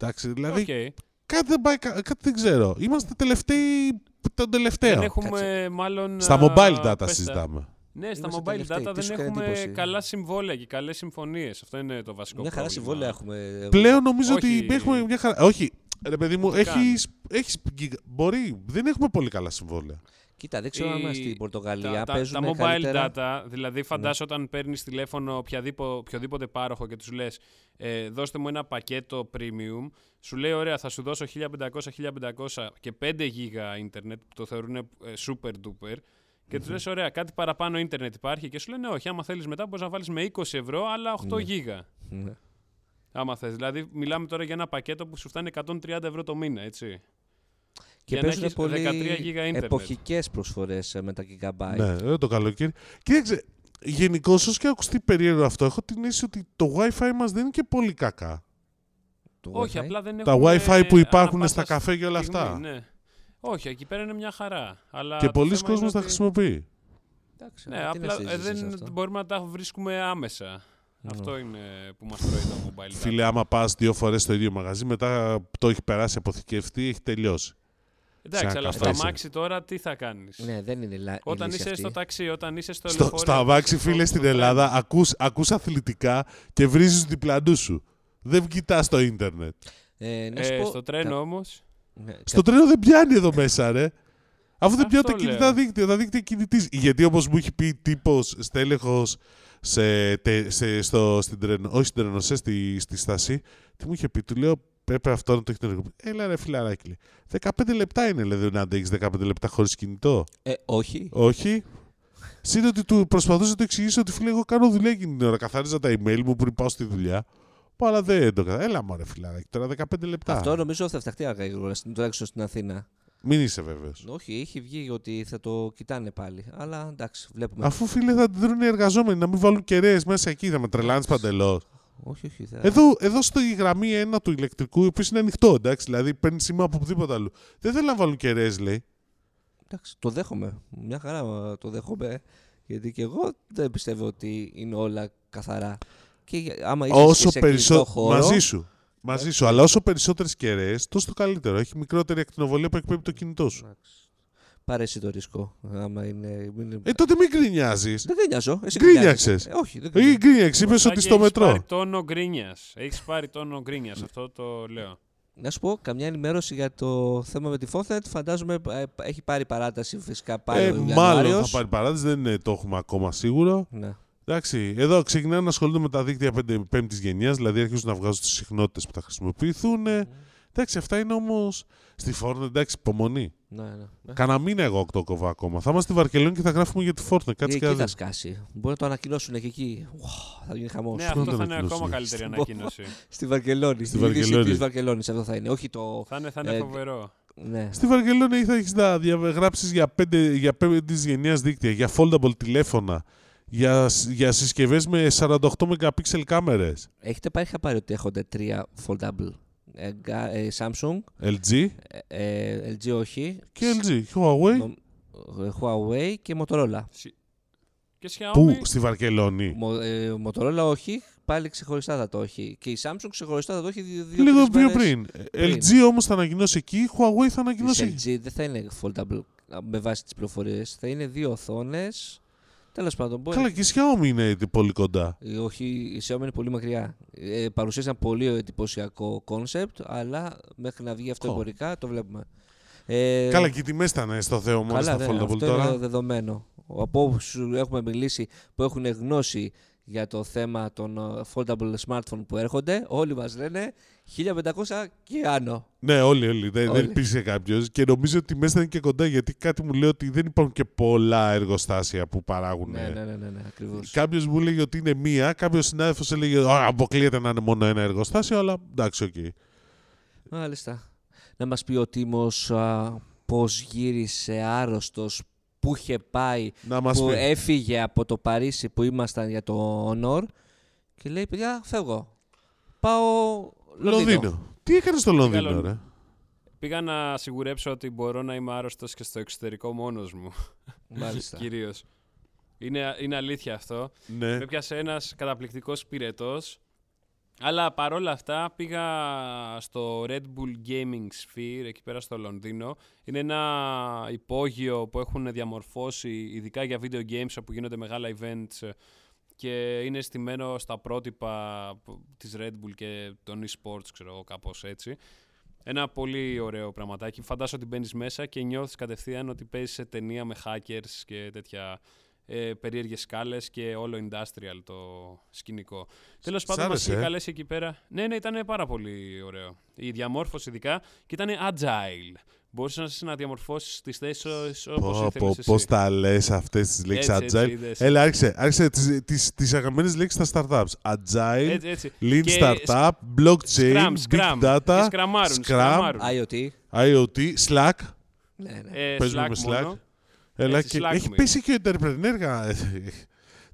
Speaker 2: Εντάξει, δηλαδή
Speaker 3: Οκ.
Speaker 2: κάτι, δεν πάει, κα- κάτι δεν ξέρω. Είμαστε τελευταίοι. Τον τελευταίο.
Speaker 3: Δεν έχουμε μάλλον.
Speaker 2: Στα
Speaker 3: α,
Speaker 2: mobile data
Speaker 3: πες τα.
Speaker 2: συζητάμε.
Speaker 3: Ναι, στα
Speaker 1: Είμαστε
Speaker 3: mobile
Speaker 1: τελευταίοι.
Speaker 3: data
Speaker 1: Τι
Speaker 3: δεν
Speaker 1: σου κάνει
Speaker 3: έχουμε
Speaker 1: εντύπωση?
Speaker 3: καλά συμβόλαια και καλές συμφωνίες. Αυτό είναι το βασικό
Speaker 1: Μια χαρά
Speaker 3: πρόβλημα.
Speaker 1: συμβόλαια
Speaker 3: ε,
Speaker 1: έχουμε.
Speaker 2: Πλέον νομίζω
Speaker 3: Όχι.
Speaker 2: ότι έχουμε μια χαρά. Όχι, ρε παιδί μου,
Speaker 3: Ούτε καν.
Speaker 2: έχεις, έχεις, γιγα- μπορεί. Δεν έχουμε πολύ καλά συμβόλαια.
Speaker 1: Κοίτα, δεν ξέρω
Speaker 3: Η-
Speaker 1: αν στην Πορτογαλία
Speaker 3: Τα, τα, τα
Speaker 1: παίζουν
Speaker 3: mobile
Speaker 1: καλύτερα. Ναι.
Speaker 3: data, δηλαδή φαντάσου όταν παίρνεις τηλέφωνο οποιαδήποτε, οποιοδήποτε πάροχο και τους λες: ε, Δώστε μου ένα πακέτο premium, σου λέει: Ωραία, θα σου δώσω 1500-1500 και 5 γίγα ίντερνετ που το θεωρούν ε, super duper. Και τους λες: Ωραία, κάτι παραπάνω ίντερνετ υπάρχει. Και σου λένε: Όχι, άμα θέλεις μετά μπορείς να βάλεις με 20 ευρώ, αλλά 8 γίγα.
Speaker 1: Ναι.
Speaker 3: Άμα θες. Δηλαδή, μιλάμε τώρα για ένα πακέτο που σου φτάνει 130 ευρώ το μήνα, έτσι.
Speaker 1: Και
Speaker 3: Για να
Speaker 1: παίζουν
Speaker 3: έχεις
Speaker 1: πολύ
Speaker 3: 13 γίγα ίντερνετ.
Speaker 1: εποχικές προσφορές ε, με τα gigabyte.
Speaker 2: Ναι, ε, το καλοκαίρι. Κοίταξε, γενικώ, όσο και ακουστεί περίεργο αυτό, έχω την αίσθηση ότι το WiFi μας δεν είναι και πολύ κακά.
Speaker 1: Το
Speaker 3: Όχι,
Speaker 1: Wi-Fi.
Speaker 3: απλά δεν
Speaker 2: Τα
Speaker 3: έχουν.
Speaker 2: WiFi που υπάρχουν στα καφέ και όλα αυτά.
Speaker 3: Ναι. Όχι, εκεί πέρα είναι μια χαρά. Αλλά
Speaker 2: Και
Speaker 3: το
Speaker 2: πολλοί
Speaker 3: θέμα είναι
Speaker 2: κόσμοι τα
Speaker 3: ότι-
Speaker 2: χρησιμοποιεί.
Speaker 1: Εντάξει,
Speaker 3: Ναι,
Speaker 1: τι να
Speaker 3: απλά ε,
Speaker 1: στηρίζεσαι σε
Speaker 3: δεν
Speaker 1: αυτό. Ναι.
Speaker 3: μπορούμε να τα βρίσκουμε άμεσα.
Speaker 2: Ναι.
Speaker 3: Αυτό είναι που μας τρώει το mobile. data.
Speaker 2: Φίλε, άμα πας δύο φορές στο ίδιο μαγαζί, μετά το έχει περάσει, αποθηκευτεί, έχει τελειώσει. σε
Speaker 3: Εντάξει,
Speaker 2: ένα
Speaker 3: αλλά στο
Speaker 2: καφέ είσαι.
Speaker 3: αμάξι τώρα τι θα κάνεις.
Speaker 1: Ναι, δεν είναι λα... η
Speaker 3: Όταν
Speaker 1: λύση
Speaker 3: είσαι
Speaker 1: αυτή.
Speaker 3: στο ταξί, όταν είσαι στο
Speaker 2: Στο,
Speaker 3: λεωφορείο.
Speaker 2: στα αμάξι,
Speaker 3: στο-
Speaker 2: φίλε,
Speaker 3: στο
Speaker 2: στην
Speaker 3: τρένο.
Speaker 2: Ελλάδα ακούς, ακούς αθλητικά και βρίζεις του διπλανού σου. Δεν κοιτάς το ίντερνετ.
Speaker 1: Ε, να σου
Speaker 3: Ε,
Speaker 1: πω...
Speaker 3: στο τρένο
Speaker 1: κα-
Speaker 3: όμως.
Speaker 1: ναι, κα-
Speaker 2: Στο τρένο δεν πιάνει εδώ μέσα, ρε. Αφού δεν
Speaker 3: Αυτό
Speaker 2: πιάνει τα κινητά
Speaker 3: λέω.
Speaker 2: δίκτυα, τα δίκτυα κινητής. Γιατί όπως μου έχει πει τύπος στέλεχος σε, τε- σε, στο, στην τρένο, όχι στην τρένο, σε, στη, στη στάση, τι μου είχε πει, του λέω πρέπει αυτό να το έχει ενεργοποιήσει. Έλα ρε φιλαράκι. λέει. 15 λεπτά είναι, λέει, δεν αντέχει 15 λεπτά χωρίς κινητό.
Speaker 1: Ε, όχι.
Speaker 2: Όχι. Συν ότι του προσπαθούσα να το εξηγήσω ότι φίλε, εγώ κάνω δουλειά εκείνη την ώρα. Καθάριζα τα email μου πριν πάω στη δουλειά. Πω, αλλά δεν το καθάριζα. Έλα μου, ρε φιλαράκι, τώρα 15 λεπτά.
Speaker 1: Αυτό νομίζω θα φτιαχτεί αργά ή γρήγορα στην τουλάχιστον στην Αθήνα.
Speaker 2: Μην είσαι βέβαιος.
Speaker 1: Όχι, έχει βγει ότι θα το κοιτάνε πάλι. Αλλά εντάξει, βλέπουμε.
Speaker 2: Αφού φίλε θα αντιδρούν οι εργαζόμενοι, να μην βάλουν κεραίες μέσα εκεί, θα με τρελάνεις παντελώς.
Speaker 1: Όχι, όχι. Θα...
Speaker 2: Εδώ, εδώ στη γραμμή ένα του ηλεκτρικού, η οποία είναι ανοιχτό, εντάξει, δηλαδή παίρνει σήμα από οπουδήποτε αλλού. Δεν θέλουν να βάλουν κεραίε, λέει.
Speaker 1: Εντάξει, το δέχομαι. Μια χαρά ε, το δέχομαι. Γιατί και εγώ δεν πιστεύω ότι είναι όλα καθαρά. Και για- άμα είσαι
Speaker 2: Όσο
Speaker 1: περισσότερο.
Speaker 2: περισσότερο. Μαζί σου. Μαζί σου, αλλά όσο περισσότερες κεραίε, τόσο το καλύτερο. Έχει μικρότερη ακτινοβολία που εκπέμπει το κινητό σου.
Speaker 1: Πάρε εσύ το ρίσκο. Άμα είναι. μην είναι-
Speaker 2: Ε, τότε μην γκρινιάζεις.
Speaker 1: Δεν γκρινιάζω. Εσύ
Speaker 2: Γκρίνιαξες.
Speaker 1: γκρινιάζεις. Ε, όχι, δεν
Speaker 2: Ή
Speaker 1: γκρινιάζω.
Speaker 2: γκρίνιαξ, είπες ότι
Speaker 3: Σάκη,
Speaker 2: στο
Speaker 3: έχεις
Speaker 2: μετρό.
Speaker 3: πάρει τόνο γκρίνια. Έχεις πάρει τόνο γκρίνια, αυτό το λέω.
Speaker 1: Να σου πω, καμιά ενημέρωση για το θέμα με τη Fortnite. Φαντάζομαι ε, έχει πάρει παράταση φυσικά πάλι.
Speaker 2: Ε,
Speaker 1: ο
Speaker 2: μάλλον
Speaker 1: Ιανουάριος.
Speaker 2: θα πάρει παράτηση, δεν είναι, το έχουμε ακόμα σίγουρο.
Speaker 1: Ναι.
Speaker 2: Εντάξει, εδώ ξεκινάνε να ασχολούνται με τα δίκτυα πέμπτης γενιάς, δηλαδή αρχίζουν να βγάζουν τις συχνότητες που θα χρησιμοποιηθούν. Εντάξει, αυτά είναι όμως στη Fortnite, εντάξει, υπομονή.
Speaker 1: Ναι, ναι. Ε,
Speaker 2: Κανα μήνα εγώ το κόβω ακόμα. Θα είμαστε στη Βαρκελόνη και θα γράφουμε για τη Fortnite. Κάτσε
Speaker 1: εκεί
Speaker 2: και
Speaker 1: θα
Speaker 2: να δεις.
Speaker 1: σκάσει. Μπορεί να το ανακοινώσουν και εκεί. Ουα, θα γίνει χαμός.
Speaker 3: Ναι,
Speaker 2: Πώς να
Speaker 3: αυτό θα είναι
Speaker 2: ανακοινώσουμε.
Speaker 3: ακόμα καλύτερη
Speaker 1: Στην
Speaker 3: ανακοίνωση.
Speaker 1: Στη Βαρκελόνη. Στη Βαρκελόνη.
Speaker 2: Βαρκελόνη.
Speaker 1: Τη Βαρκελόνη αυτό θα είναι. Όχι το.
Speaker 3: Θα είναι, θα είναι
Speaker 1: Ε,
Speaker 3: φοβερό.
Speaker 1: Ναι.
Speaker 2: Στη Βαρκελόνη θα έχεις να διαγράψεις για, πέντε- για πέμπτη γενιάς δίκτυα, για foldable τηλέφωνα, για, σ- για συσκευές με 48 MP κάμερες.
Speaker 1: Έχετε πάρει χαπάρι ότι έχονται τρία foldable. Ε, γκα- ε, Samsung,
Speaker 2: LG
Speaker 1: ε, ε, LG όχι,
Speaker 2: και LG. Huawei.
Speaker 1: νομ- ε, Huawei και Motorola.
Speaker 3: Σι- Και Xiaomi.
Speaker 2: Πού, στη Βαρκελόνη.
Speaker 1: Μο, ε, Motorola όχι, πάλι ξεχωριστά θα το έχει. Και η Samsung ξεχωριστά θα το έχει δύο, δύο
Speaker 2: Λίγο
Speaker 1: τρεις μέρες.
Speaker 2: πιο πριν. LG όμως θα ανακοινώσει εκεί, Huawei θα ανακοινώσει εκεί.
Speaker 1: Της LG δεν θα είναι foldable α, με βάση τις πληροφορίες. Θα είναι δύο οθόνες. Τέλος πάντων, μπορεί.
Speaker 2: Καλά, και η Xiaomi είναι πολύ κοντά.
Speaker 1: Ε, Όχι, η Xiaomi είναι πολύ μακριά. Ε, παρουσίασε ένα πολύ εντυπωσιακό κόνσεπτ, αλλά μέχρι να βγει αυτό
Speaker 2: Ω.
Speaker 1: εμπορικά το βλέπουμε. Ε,
Speaker 2: Καλά, και οι τιμές ήταν στο Θεό μόνο
Speaker 1: Καλά,
Speaker 2: στα
Speaker 1: ναι,
Speaker 2: foldable
Speaker 1: αυτό
Speaker 2: τώρα.
Speaker 1: είναι δεδομένο. Από όσου έχουμε μιλήσει που έχουν γνώση για το θέμα των ε, foldable smartphone που έρχονται, όλοι μας λένε 1500 και άνω.
Speaker 2: Ναι, όλοι, όλοι. Δεν,
Speaker 1: Όλοι.
Speaker 2: δεν υπήρξε κάποιος. Και νομίζω ότι μέσα ήταν και κοντά γιατί κάτι μου λέει ότι δεν υπάρχουν και πολλά εργοστάσια που παράγουν.
Speaker 1: Ναι, ναι, ναι, ναι, ναι ακριβώς.
Speaker 2: Κάποιος μου έλεγε ότι είναι μία, κάποιος συνάδελφος έλεγε ότι αποκλείεται να είναι μόνο ένα εργοστάσιο, αλλά εντάξει, οκ.
Speaker 1: Μάλιστα. Να μας πει ο Τίμος α, πώς γύρισε άρρωστος, που είχε πάει,
Speaker 2: Να μας
Speaker 1: που ε,
Speaker 2: πει.
Speaker 1: έφυγε από το Παρίσι που ήμασταν για το Honor και λέει, παιδιά, φεύγω. Πάω Λονδίνο.
Speaker 2: Λονδίνο. Τι έκανες στο Λονδίνο,
Speaker 3: Καλό.
Speaker 2: ρε.
Speaker 3: Πήγα να σιγουρέψω ότι μπορώ να είμαι άρρωστος και στο εξωτερικό μόνος μου,
Speaker 1: Μάλιστα.
Speaker 3: κυρίως. Είναι, είναι αλήθεια αυτό.
Speaker 2: Ναι.
Speaker 3: Με πιάσε ένας καταπληκτικός πυρετός. Αλλά παρόλα αυτά πήγα στο Red Bull Gaming Sphere εκεί πέρα στο Λονδίνο. Είναι ένα υπόγειο που έχουν διαμορφώσει ειδικά για video games όπου γίνονται μεγάλα events ε, και είναι στημένο στα πρότυπα που- της Red Bull και των e-sports, ξέρω εγώ, κάπως έτσι. Ένα πολύ ωραίο πραγματάκι. Φαντάζομαι ότι μπαίνεις μέσα και νιώθεις κατευθείαν ότι παίζεις σε ταινία με hackers και τέτοια ε, περίεργες σκάλες και όλο industrial το σκηνικό. Τέλος πάντων μας
Speaker 2: άρεσε,
Speaker 3: είχε
Speaker 2: ε?
Speaker 3: καλέσει εκεί πέρα. Ναι, ναι, ήταν πάρα πολύ ωραίο. Η διαμόρφωση ειδικά και ήταν agile. Μπορούσες να, σε- να διαμορφώσεις τις θέσεις όπως ήθελες εσύ.
Speaker 2: Πώς τα λες αυτές τις λέξεις
Speaker 3: Έτσι, έτσι,
Speaker 2: agile.
Speaker 3: είδες.
Speaker 2: Έλα, άρχισε. Άρχισε τις αγαπημένες λέξεις στα startups. Agile,
Speaker 3: Έτσι, έτσι.
Speaker 2: lean
Speaker 3: Και
Speaker 2: startup, blockchain,
Speaker 3: Scrum,
Speaker 2: big
Speaker 3: Scrum.
Speaker 2: data,
Speaker 3: Και σκραμάρουν,
Speaker 2: Scrum,
Speaker 3: σκραμάρουν.
Speaker 1: IoT.
Speaker 2: IoT, Slack.
Speaker 1: Ναι, ναι.
Speaker 3: Ε,
Speaker 2: Παίζουμε
Speaker 3: Slack
Speaker 2: με Slack.
Speaker 3: μόνο.
Speaker 2: Έλα
Speaker 3: Έτσι,
Speaker 2: και
Speaker 3: Slack
Speaker 2: έχει
Speaker 3: μου
Speaker 2: πέσει και ο entrepreneur κα- ε,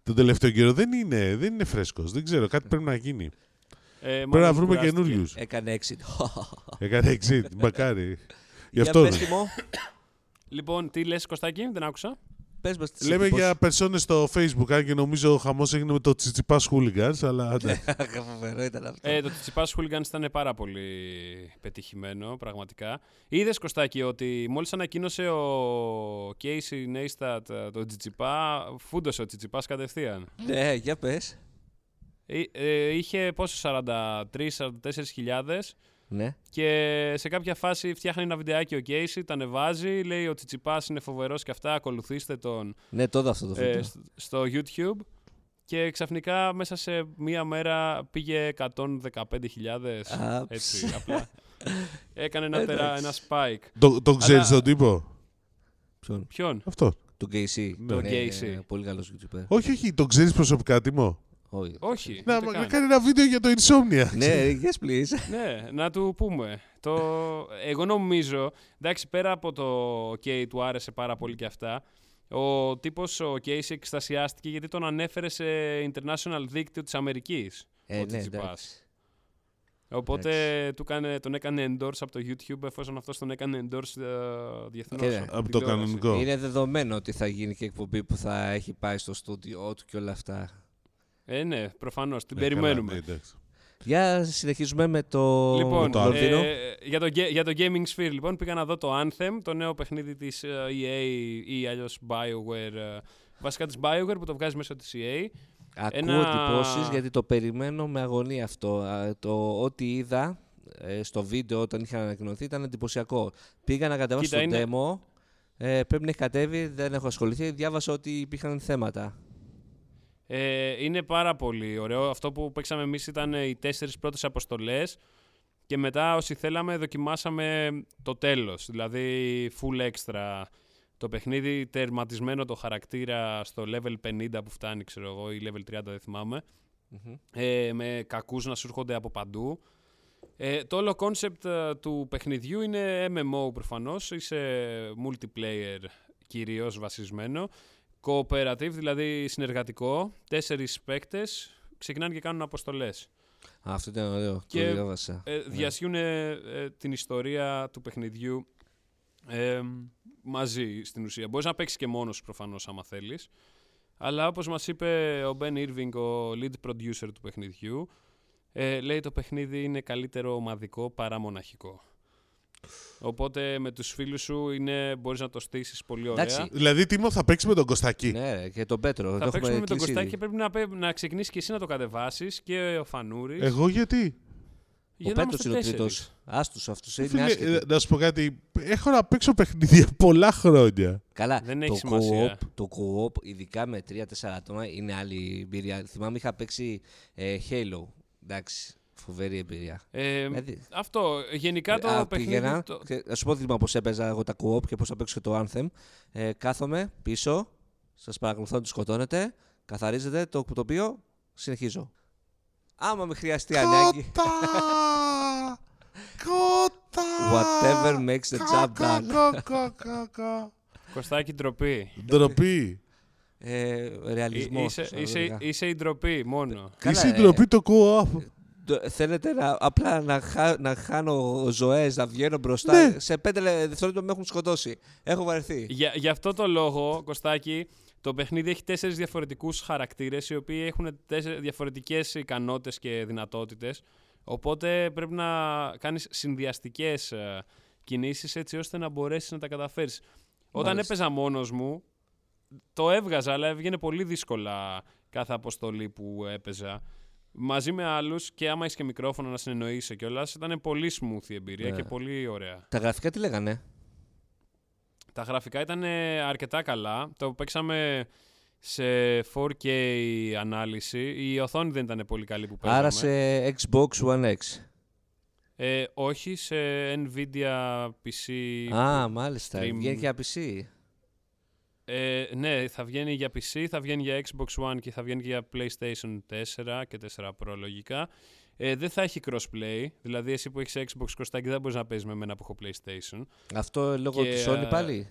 Speaker 2: τον τελευταίο καιρό. Δεν είναι, δεν είναι φρέσκος. Δεν ξέρω, κάτι πρέπει να γίνει.
Speaker 3: Ε, μάλλον
Speaker 2: Πρέπει να βρούμε
Speaker 3: κουράστηκε.
Speaker 2: καινούριους.
Speaker 1: Έκανε exit.
Speaker 2: Έκανε exit, μακάρι. Γι'
Speaker 1: Για
Speaker 2: αυτό.
Speaker 1: πες, Τιμό,
Speaker 3: Λοιπόν, τι λες Κωστάκη, δεν άκουσα.
Speaker 1: πες μας τις
Speaker 2: Λέμε
Speaker 1: εντυπώσεις.
Speaker 2: για περσόνες στο Facebook, αν και νομίζω ο χαμός έγινε με το τσιτσιπάς χούλιγκαν, αλλά ναι. εντάξει.
Speaker 1: Φοβερό ήταν αυτό.
Speaker 3: Ε, το Τσιπά Χούλιγκαν ήταν πάρα πολύ πετυχημένο, πραγματικά. Είδες Κωστάκη ότι μόλις ανακοίνωσε ο Casey Νέιστατ το Τσιπά, φούντωσε ο Τσιπά κατευθείαν.
Speaker 1: Ναι, για πες.
Speaker 3: Ε, ε, είχε πόσο, 43-44 χιλιάδες
Speaker 1: Ναι.
Speaker 3: Και σε κάποια φάση φτιάχνει ένα βιντεάκι ο Casey, τα ανεβάζει, λέει ο Τσιτσιπάς είναι φοβερός και αυτά, ακολουθήστε τον
Speaker 1: Ναι, τότε αυτό το
Speaker 3: ε,
Speaker 1: βίντεο.
Speaker 3: σ- στο YouTube. Και ξαφνικά μέσα σε μία μέρα πήγε 115.000.
Speaker 1: Α,
Speaker 3: Έτσι,
Speaker 1: ψ.
Speaker 3: απλά. Έκανε ένα,
Speaker 1: Εντάξει.
Speaker 3: τερά, ένα spike.
Speaker 2: Το, το ξέρει
Speaker 3: Αλλά-
Speaker 2: τον τύπο.
Speaker 1: Ποιον.
Speaker 3: Ποιον?
Speaker 2: Αυτό.
Speaker 1: Του KC.
Speaker 2: Ναι.
Speaker 1: Τον ε,
Speaker 3: Τον KC.
Speaker 1: Πολύ καλός YouTuber.
Speaker 2: Όχι, όχι, τον ξέρεις προσωπικά τιμό.
Speaker 1: Όχι.
Speaker 3: Όχι.
Speaker 2: Να,
Speaker 3: ούτε
Speaker 2: μα- να
Speaker 3: καν.
Speaker 2: κάνει ένα βίντεο για το Insomnia.
Speaker 1: Ναι, yes please.
Speaker 3: Ναι, να του πούμε. Το... Εγώ νομίζω, εντάξει, πέρα από το Κέι του άρεσε πάρα πολύ και αυτά, ο τύπος ο Κέις εκστασιάστηκε γιατί τον ανέφερε σε international δίκτυο της Αμερικής.
Speaker 1: Ε,
Speaker 3: ο
Speaker 1: ναι,
Speaker 3: Τσιτσιπάς.
Speaker 1: εντάξει.
Speaker 3: Οπότε του κάνε, τον έκανε endorse από το YouTube εφόσον αυτός τον έκανε endorse ε, διεθνώς.
Speaker 1: Και-
Speaker 3: από την
Speaker 2: Από το
Speaker 3: τηλεόραση.
Speaker 2: κανονικό.
Speaker 1: Είναι δεδομένο ότι θα γίνει και εκπομπή που θα έχει πάει στο στούντιό του και όλα αυτά.
Speaker 3: Ε, ναι, προφανώς. Την
Speaker 2: Ναι,
Speaker 3: περιμένουμε.
Speaker 2: καλά, ναι, εντάξει.
Speaker 1: Για συνεχίζουμε με το
Speaker 3: Λοιπόν,
Speaker 2: το
Speaker 1: Λονδίνο.
Speaker 3: ε, για, το, γκε- για το Gaming Sphere, λοιπόν, πήγα να δω το Anthem, το νέο παιχνίδι της ε, EA ή αλλιώς BioWare. ε, Βασικά της BioWare που το βγάζει μέσω της E EA.
Speaker 1: Ακούω
Speaker 3: ένα-
Speaker 1: εντυπώσεις γιατί το περιμένω με αγωνία αυτό. Α, Το ό,τι είδα ε, στο βίντεο όταν είχε ανακοινωθεί ήταν εντυπωσιακό. Πήγα να κατεβάσω
Speaker 3: Κοίτα,
Speaker 1: το
Speaker 3: είναι-
Speaker 1: demo. Ε, πρέπει να έχει κατέβει, δεν έχω ασχοληθεί. Διάβασα ότι υπήρχαν θέματα.
Speaker 3: Ε, είναι πάρα πολύ ωραίο. Αυτό που παίξαμε εμείς ήταν ε, οι τέσσερις πρώτες αποστολές και μετά όσοι θέλαμε δοκιμάσαμε το τέλος, δηλαδή full extra το παιχνίδι, τερματισμένο το χαρακτήρα στο level 50 που φτάνει ξέρω εγώ ή level 30 δεν θυμάμαι.
Speaker 1: Μμμ.
Speaker 3: ε, με κακούς να σου έρχονται από παντού. Ε, το όλο κόνσεπτ του παιχνιδιού είναι MMO προφανώς, είσαι multiplayer κυρίως βασισμένο, cooperative δηλαδή συνεργατικό, τέσσερις παίκτες ξεκινάνε και κάνουν αποστολές.
Speaker 1: Α, αυτό ήταν ωραίο.
Speaker 3: Και-
Speaker 1: Το διάβασα.
Speaker 3: Ε, Διασχούν ε, ε, την ιστορία του παιχνιδιού ε, μαζί στην ουσία. Μπορείς να παίξεις και μόνος σου προφανώς άμα θέλεις. Αλλά όπως μας είπε ο Μπεν Irving, ο lead producer του παιχνιδιού, ε, λέει το παιχνίδι είναι καλύτερο ομαδικό παρά μοναχικό. Οπότε με τους φίλους σου είναι, μπορείς να το στήσεις πολύ ωραία.
Speaker 1: Εντάξει,
Speaker 2: Δηλαδή, Τίμο θα παίξεις με τον Κωστακή.
Speaker 1: Ναι, ρε, και τον Πέτρο. το
Speaker 3: Θα
Speaker 1: έχουμε
Speaker 3: παίξουμε με τον
Speaker 1: κλείσει ήδη.
Speaker 3: Κωστάκη και πρέπει να, παί- να ξεκινήσεις και εσύ να το κατεβάσεις και ο Φανούρης.
Speaker 2: Εγώ γιατί.
Speaker 1: Ο
Speaker 3: Για να
Speaker 1: Πέτρος
Speaker 3: είμαστε
Speaker 1: είναι ο τρίτο.
Speaker 3: τέσσερις.
Speaker 1: Άστου αυτού. Είναι
Speaker 2: Φίλε,
Speaker 1: άσχετοι.
Speaker 2: ε, να σου πω κάτι. Έχω να παίξω παιχνίδια πολλά χρόνια.
Speaker 1: Καλά,
Speaker 3: Δεν
Speaker 1: το
Speaker 3: έχει
Speaker 1: co-op,
Speaker 3: σημασία.
Speaker 1: το co-op, ειδικά με 3-4 άτομα, είναι άλλη εμπειρία. Θυμάμαι είχα παίξει ε, Halo. Εντάξει, φοβερή εμπειρία.
Speaker 3: Ε,
Speaker 1: Δηλαδή-
Speaker 3: Αυτό. Γενικά το
Speaker 1: Α,
Speaker 3: παιχνίδι.
Speaker 1: πήγαινα,
Speaker 3: το-
Speaker 1: και Να σου πω δείγμα πώς έπαιζα εγώ τα co-op και πώς θα παίξω και το Anthem. Ε, κάθομαι πίσω, σας παρακολουθώ να του σκοτώνετε, καθαρίζετε το τοπίο, συνεχίζω. Άμα με χρειαστεί ανάγκη.
Speaker 2: Κότα! Κότα!
Speaker 1: Whatever makes the
Speaker 2: Κα,
Speaker 1: job
Speaker 2: κα,
Speaker 1: done.
Speaker 2: κα, κα, κα, κα.
Speaker 3: Κωστάκι ντροπή.
Speaker 2: Ντροπή.
Speaker 1: Ε,
Speaker 3: Ε,
Speaker 1: ρεαλισμό.
Speaker 3: είσαι, είσαι, είσαι η ντροπή μόνο.
Speaker 2: Είσαι η
Speaker 1: ε.
Speaker 2: ντροπή το co-op.
Speaker 1: Το- Θέλετε να, απλά να, χα- να χάνω ζωές, να βγαίνω μπροστά.
Speaker 2: Ναι.
Speaker 1: Σε πέντε λε- δευτερόλεπτα με έχουν σκοτώσει. Έχω βαρεθεί.
Speaker 3: Για, γι' αυτό το λόγο, Κωστάκι, το παιχνίδι έχει τέσσερις διαφορετικούς χαρακτήρες οι οποίοι έχουν τέσσερις διαφορετικές ικανότητες και δυνατότητες. Οπότε πρέπει να κάνεις συνδυαστικές ε, κινήσεις έτσι ώστε να μπορέσεις να τα καταφέρεις. Όταν
Speaker 1: Μάλιστα.
Speaker 3: έπαιζα μόνος μου, το έβγαζα, αλλά έβγαινε πολύ δύσκολα κάθε αποστολή που έπαιζα. Μαζί με άλλους και άμα είσαι και μικρόφωνο να συνεννοείσαι κιόλας, ήταν πολύ smooth η εμπειρία
Speaker 1: Ναι.
Speaker 3: και πολύ ωραία.
Speaker 1: Τα γραφικά τι λέγανε.
Speaker 3: Τα γραφικά ήταν ε, αρκετά καλά. Το παίξαμε σε 4K ανάλυση. Η οθόνη δεν ήταν πολύ καλή που παίζαμε.
Speaker 1: Άρα σε Xbox One X.
Speaker 3: Ε, όχι, σε NVIDIA PC.
Speaker 1: Α, μάλιστα.
Speaker 3: stream.
Speaker 1: Βγαίνει και APC.
Speaker 3: Ε, ναι, θα βγαίνει για PC, θα βγαίνει για Xbox One και θα βγαίνει και για PlayStation 4 και 4 Pro λογικά. Ε, δεν θα έχει crossplay, δηλαδή εσύ που έχεις Xbox Κωστάκη δεν μπορείς να παίζεις με εμένα που έχω PlayStation.
Speaker 1: Αυτό λόγω
Speaker 3: Και,
Speaker 1: της Sony
Speaker 3: ε,
Speaker 1: πάλι.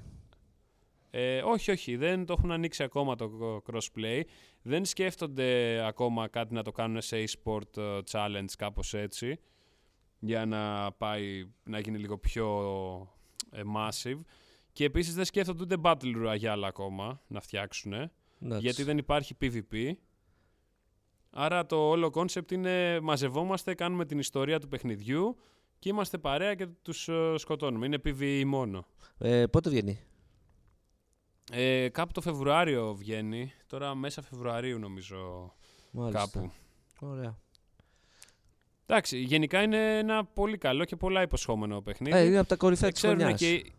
Speaker 3: Ε, όχι, όχι, δεν το έχουν ανοίξει ακόμα το crossplay. Δεν σκέφτονται ακόμα κάτι να το κάνουν σε e-sport ε, challenge κάπως έτσι για να πάει να γίνει λίγο πιο ε, massive. Και επίσης δεν σκέφτονται ούτε battle royale ακόμα να φτιάξουν
Speaker 1: Εντάξει.
Speaker 3: γιατί δεν υπάρχει PvP. Άρα το όλο concept είναι μαζευόμαστε, κάνουμε την ιστορία του παιχνιδιού και είμαστε παρέα και τους ε, σκοτώνουμε. Είναι PvE μόνο.
Speaker 1: Ε, πότε βγαίνει.
Speaker 3: Ε, κάπου το Φεβρουάριο βγαίνει. Τώρα μέσα Φεβρουαρίου νομίζω
Speaker 1: Μάλιστα.
Speaker 3: κάπου.
Speaker 1: Ωραία.
Speaker 3: Εντάξει, γενικά είναι ένα πολύ καλό και πολλά υποσχόμενο παιχνίδι.
Speaker 1: Ε, είναι από τα κορυφαία τη
Speaker 3: ξέρουν
Speaker 1: χρονιάς.
Speaker 3: και... οι-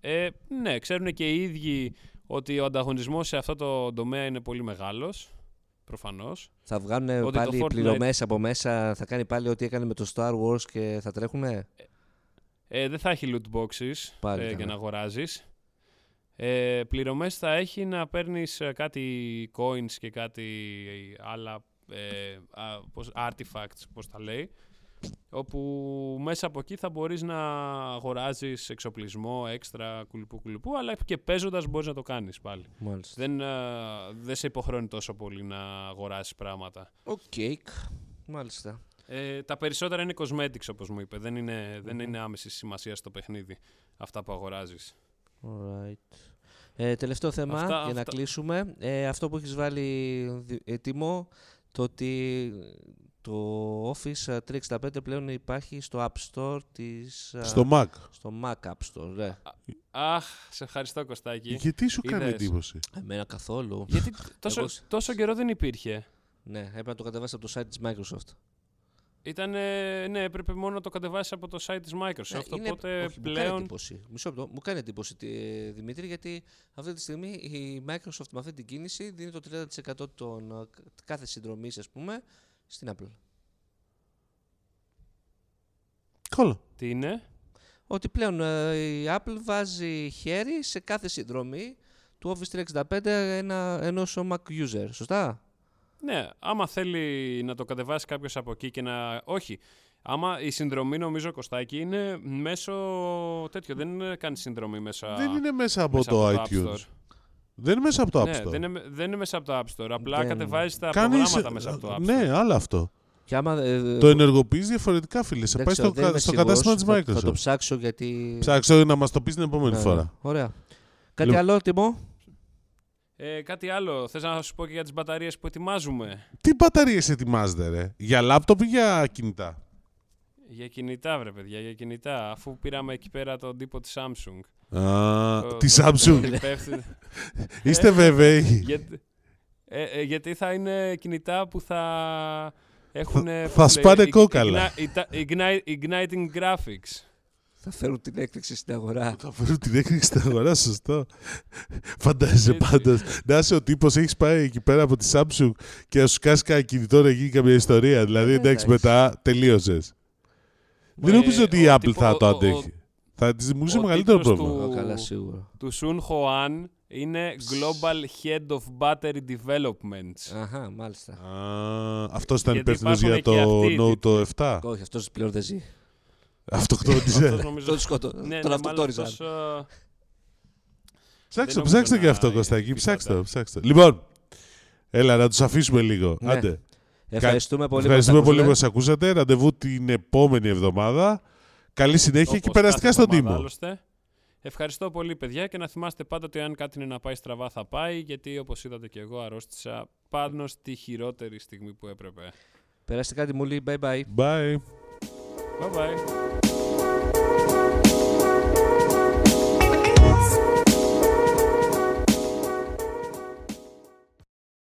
Speaker 3: Ε, ναι, ξέρουν και οι ίδιοι ότι ο ανταγωνισμός σε αυτό το τομέα είναι πολύ μεγάλος. Προφανώς.
Speaker 1: Θα βγάλουν
Speaker 3: ότι το
Speaker 1: πάλι
Speaker 3: Fortnite-
Speaker 1: πληρωμές από μέσα. Θα κάνει πάλι ό,τι έκανε με το Star Wars και θα τρέχουνε.
Speaker 3: Ε, δεν θα έχει loot boxes
Speaker 1: Πάλι
Speaker 3: ε,
Speaker 1: καλά.
Speaker 3: για να αγοράζεις. Ε, πληρωμές θα έχει να παίρνεις ε, κάτι coins και κάτι άλλα ε, α, πώς, artifacts, πώς τα λέει, όπου μέσα από εκεί θα μπορείς να αγοράζεις εξοπλισμό, έξτρα, κουλουπού κουλουπού, αλλά και παίζοντας μπορείς να το κάνεις πάλι.
Speaker 1: Μάλιστα.
Speaker 3: Δεν, ε, δεν σε υποχρώνει τόσο πολύ να αγοράσεις πράγματα.
Speaker 1: Οκ. Μάλιστα.
Speaker 3: Ε, τα περισσότερα είναι cosmetics όπως μου είπε. Δεν είναι, δεν είναι άμεση σημασία στο παιχνίδι αυτά που αγοράζεις.
Speaker 1: Alright. Ε, τελευταίο θέμα
Speaker 3: Αυτά-
Speaker 1: για να
Speaker 3: αυτά-
Speaker 1: κλείσουμε. Ε, αυτό που έχεις βάλει δι- έτοιμο, το ότι το Office 365 πλέον υπάρχει στο App Store της... α,
Speaker 2: Στο Mac.
Speaker 1: στο Mac App Store, ναι. ρε.
Speaker 3: Αχ, σε ευχαριστώ Κωστάκη.
Speaker 2: Γιατί σου κάνει
Speaker 3: Είδες.
Speaker 2: εντύπωση.
Speaker 1: Εμένα καθόλου.
Speaker 3: Γιατί τόσο,
Speaker 1: Εγώ-
Speaker 3: τόσο καιρό δεν υπήρχε.
Speaker 1: ναι, έπρεπε να το κατεβάσεις από το site της Microsoft.
Speaker 3: Ήταν, ναι, έπρεπε μόνο να το κατεβάσεις από το site της Microsoft,
Speaker 1: Ναι, είναι-
Speaker 3: οπότε
Speaker 1: όχι, Μου κάνει
Speaker 3: πλέον...
Speaker 1: εντύπωση, Μισό λεπτό, μου κάνει εντύπωση, τι- ε, Δημήτρη, γιατί αυτή τη στιγμή η Microsoft με αυτή την κίνηση δίνει το 30% των ε, κάθε συνδρομής, ας πούμε, στην Apple.
Speaker 2: Κόλλο.
Speaker 3: Τι είναι?
Speaker 1: ότι πλέον ε, η Apple βάζει χέρι σε κάθε συνδρομή του Office 365 ένα, ενός Mac user, σωστά?
Speaker 3: Ναι, άμα θέλει να το κατεβάσει κάποιος από εκεί και να... Όχι, άμα η συνδρομή νομίζω Κωστάκη είναι μέσω τέτοιο, δεν είναι καν συνδρομή μέσα...
Speaker 2: Δεν είναι μέσα από
Speaker 3: μέσα
Speaker 2: το
Speaker 3: App Store.
Speaker 2: iTunes. Δεν είναι μέσα από το
Speaker 3: Ναι,
Speaker 2: App
Speaker 3: δεν
Speaker 2: Store.
Speaker 3: είναι, δεν είναι μέσα από το App Store. Απλά
Speaker 1: Δεν-
Speaker 3: κατεβάζεις τα
Speaker 2: Κάνεις-
Speaker 3: προγράμματα μέσα από το App Store.
Speaker 2: Ναι, άλλο αυτό.
Speaker 1: Και άμα, ε,
Speaker 2: Το ενεργοποιείς διαφορετικά, φίλε. Σε
Speaker 1: δεν
Speaker 2: πάει
Speaker 1: ξέρω,
Speaker 2: στο,
Speaker 1: δεν
Speaker 2: κα-
Speaker 1: είμαι
Speaker 2: στο
Speaker 1: σίγουρος,
Speaker 2: κατάστημα της
Speaker 1: θα- Θα το
Speaker 2: Microsoft.
Speaker 1: ψάξω γιατί...
Speaker 2: Ψάξω να μας το πεις την επόμενη
Speaker 1: Ναι,
Speaker 2: φορά.
Speaker 1: Ωραία. Κάτι
Speaker 2: Λοιπόν.
Speaker 1: άλλο, Τιμό?
Speaker 3: Ε, κάτι άλλο. Θες να σου πω και για τις μπαταρίες που ετοιμάζουμε.
Speaker 2: Τι μπαταρίες ετοιμάζετε, ρε. Για λάπτοπ ή για κινητά.
Speaker 3: Για κινητά, βρε παιδιά, για κινητά. Αφού πήραμε εκεί πέρα τον τύπο της Samsung.
Speaker 2: Α,
Speaker 3: Το-
Speaker 2: τη
Speaker 3: το-
Speaker 2: Samsung.
Speaker 3: τον υπεύθυνος.
Speaker 2: Είστε βέβαιοι.
Speaker 3: γιατί, ε, ε, γιατί θα είναι κινητά που θα Έχουν,
Speaker 2: θα σπάνε κόκαλα.
Speaker 3: Igniting graphics.
Speaker 1: Θα φέρουν την έκρηξη στην αγορά.
Speaker 2: Θα φέρουν την έκρηξη στην αγορά, σωστό. Φαντάζεσαι πάντα. Να είσαι ο τύπος, έχεις πάει εκεί πέρα από τη Samsung και να σου κάσει κανένα κινητό να γίνει καμία ιστορία.
Speaker 3: Ε,
Speaker 2: Δηλαδή, εντάξει,
Speaker 1: εντάξει.
Speaker 2: μετά τελείωσες. Δεν
Speaker 3: Ε,
Speaker 2: νομίζω ότι η
Speaker 3: ο
Speaker 2: Apple
Speaker 3: τύπο-
Speaker 2: θα το
Speaker 3: ο- ο-
Speaker 2: αντέχει. Θα της δημιουργήσει
Speaker 3: ο
Speaker 2: μεγαλύτερο
Speaker 3: τίτλος
Speaker 2: πρόβλημα.
Speaker 1: Ω,
Speaker 3: Ου.
Speaker 1: Καλά, σίγουρα.
Speaker 3: Του Sun Hoan είναι Global Head of Battery Developments.
Speaker 1: Αχά, μάλιστα.
Speaker 2: Αυτός ήταν
Speaker 3: Γιατί
Speaker 2: υπεύθυνος για
Speaker 3: υπάρχουν
Speaker 2: το
Speaker 3: και αυτοί οι
Speaker 2: Note το 7.
Speaker 1: Όχι, αυτός πλέον δεν ζει.
Speaker 3: Αυτός
Speaker 2: Αυτοκτόνησε.
Speaker 3: νομίζω...
Speaker 1: Τον σκότω.
Speaker 3: Ναι,
Speaker 1: Τον
Speaker 3: ναι, μάλλον
Speaker 1: αυτοκτόριζαν.
Speaker 3: αυτός, ε,
Speaker 2: Ψάξτε
Speaker 3: Δεν
Speaker 2: το,
Speaker 3: νομίζω
Speaker 2: ψάξτε και
Speaker 3: να
Speaker 2: αυτό,
Speaker 3: είναι
Speaker 2: Κωστακή.
Speaker 3: τίποτα.
Speaker 2: Ψάξτε το, ψάξτε το. Λοιπόν, έλα να τους αφήσουμε λίγο.
Speaker 1: Ναι.
Speaker 2: Άντε.
Speaker 1: Ευχαριστούμε πολύ.
Speaker 2: Ευχαριστούμε
Speaker 1: μας
Speaker 2: πολύ που
Speaker 1: ακούσατε.
Speaker 3: ε.
Speaker 2: μας ακούσατε. Ραντεβού την επόμενη εβδομάδα. Καλή συνέχεια και
Speaker 3: όπως
Speaker 2: περαστικά
Speaker 3: κάθε
Speaker 2: στον
Speaker 3: εβδομάδα,
Speaker 2: Τίμο.
Speaker 3: άλλωστε. Ευχαριστώ πολύ, παιδιά, και να θυμάστε πάντα ότι αν κάτι είναι να πάει στραβά, θα πάει. Γιατί όπως είδατε και εγώ, αρρώστησα πάνω στη χειρότερη στιγμή που έπρεπε.
Speaker 1: Περάστε κάτι μου λέει. Bye bye.
Speaker 2: Bye.
Speaker 3: Bye bye.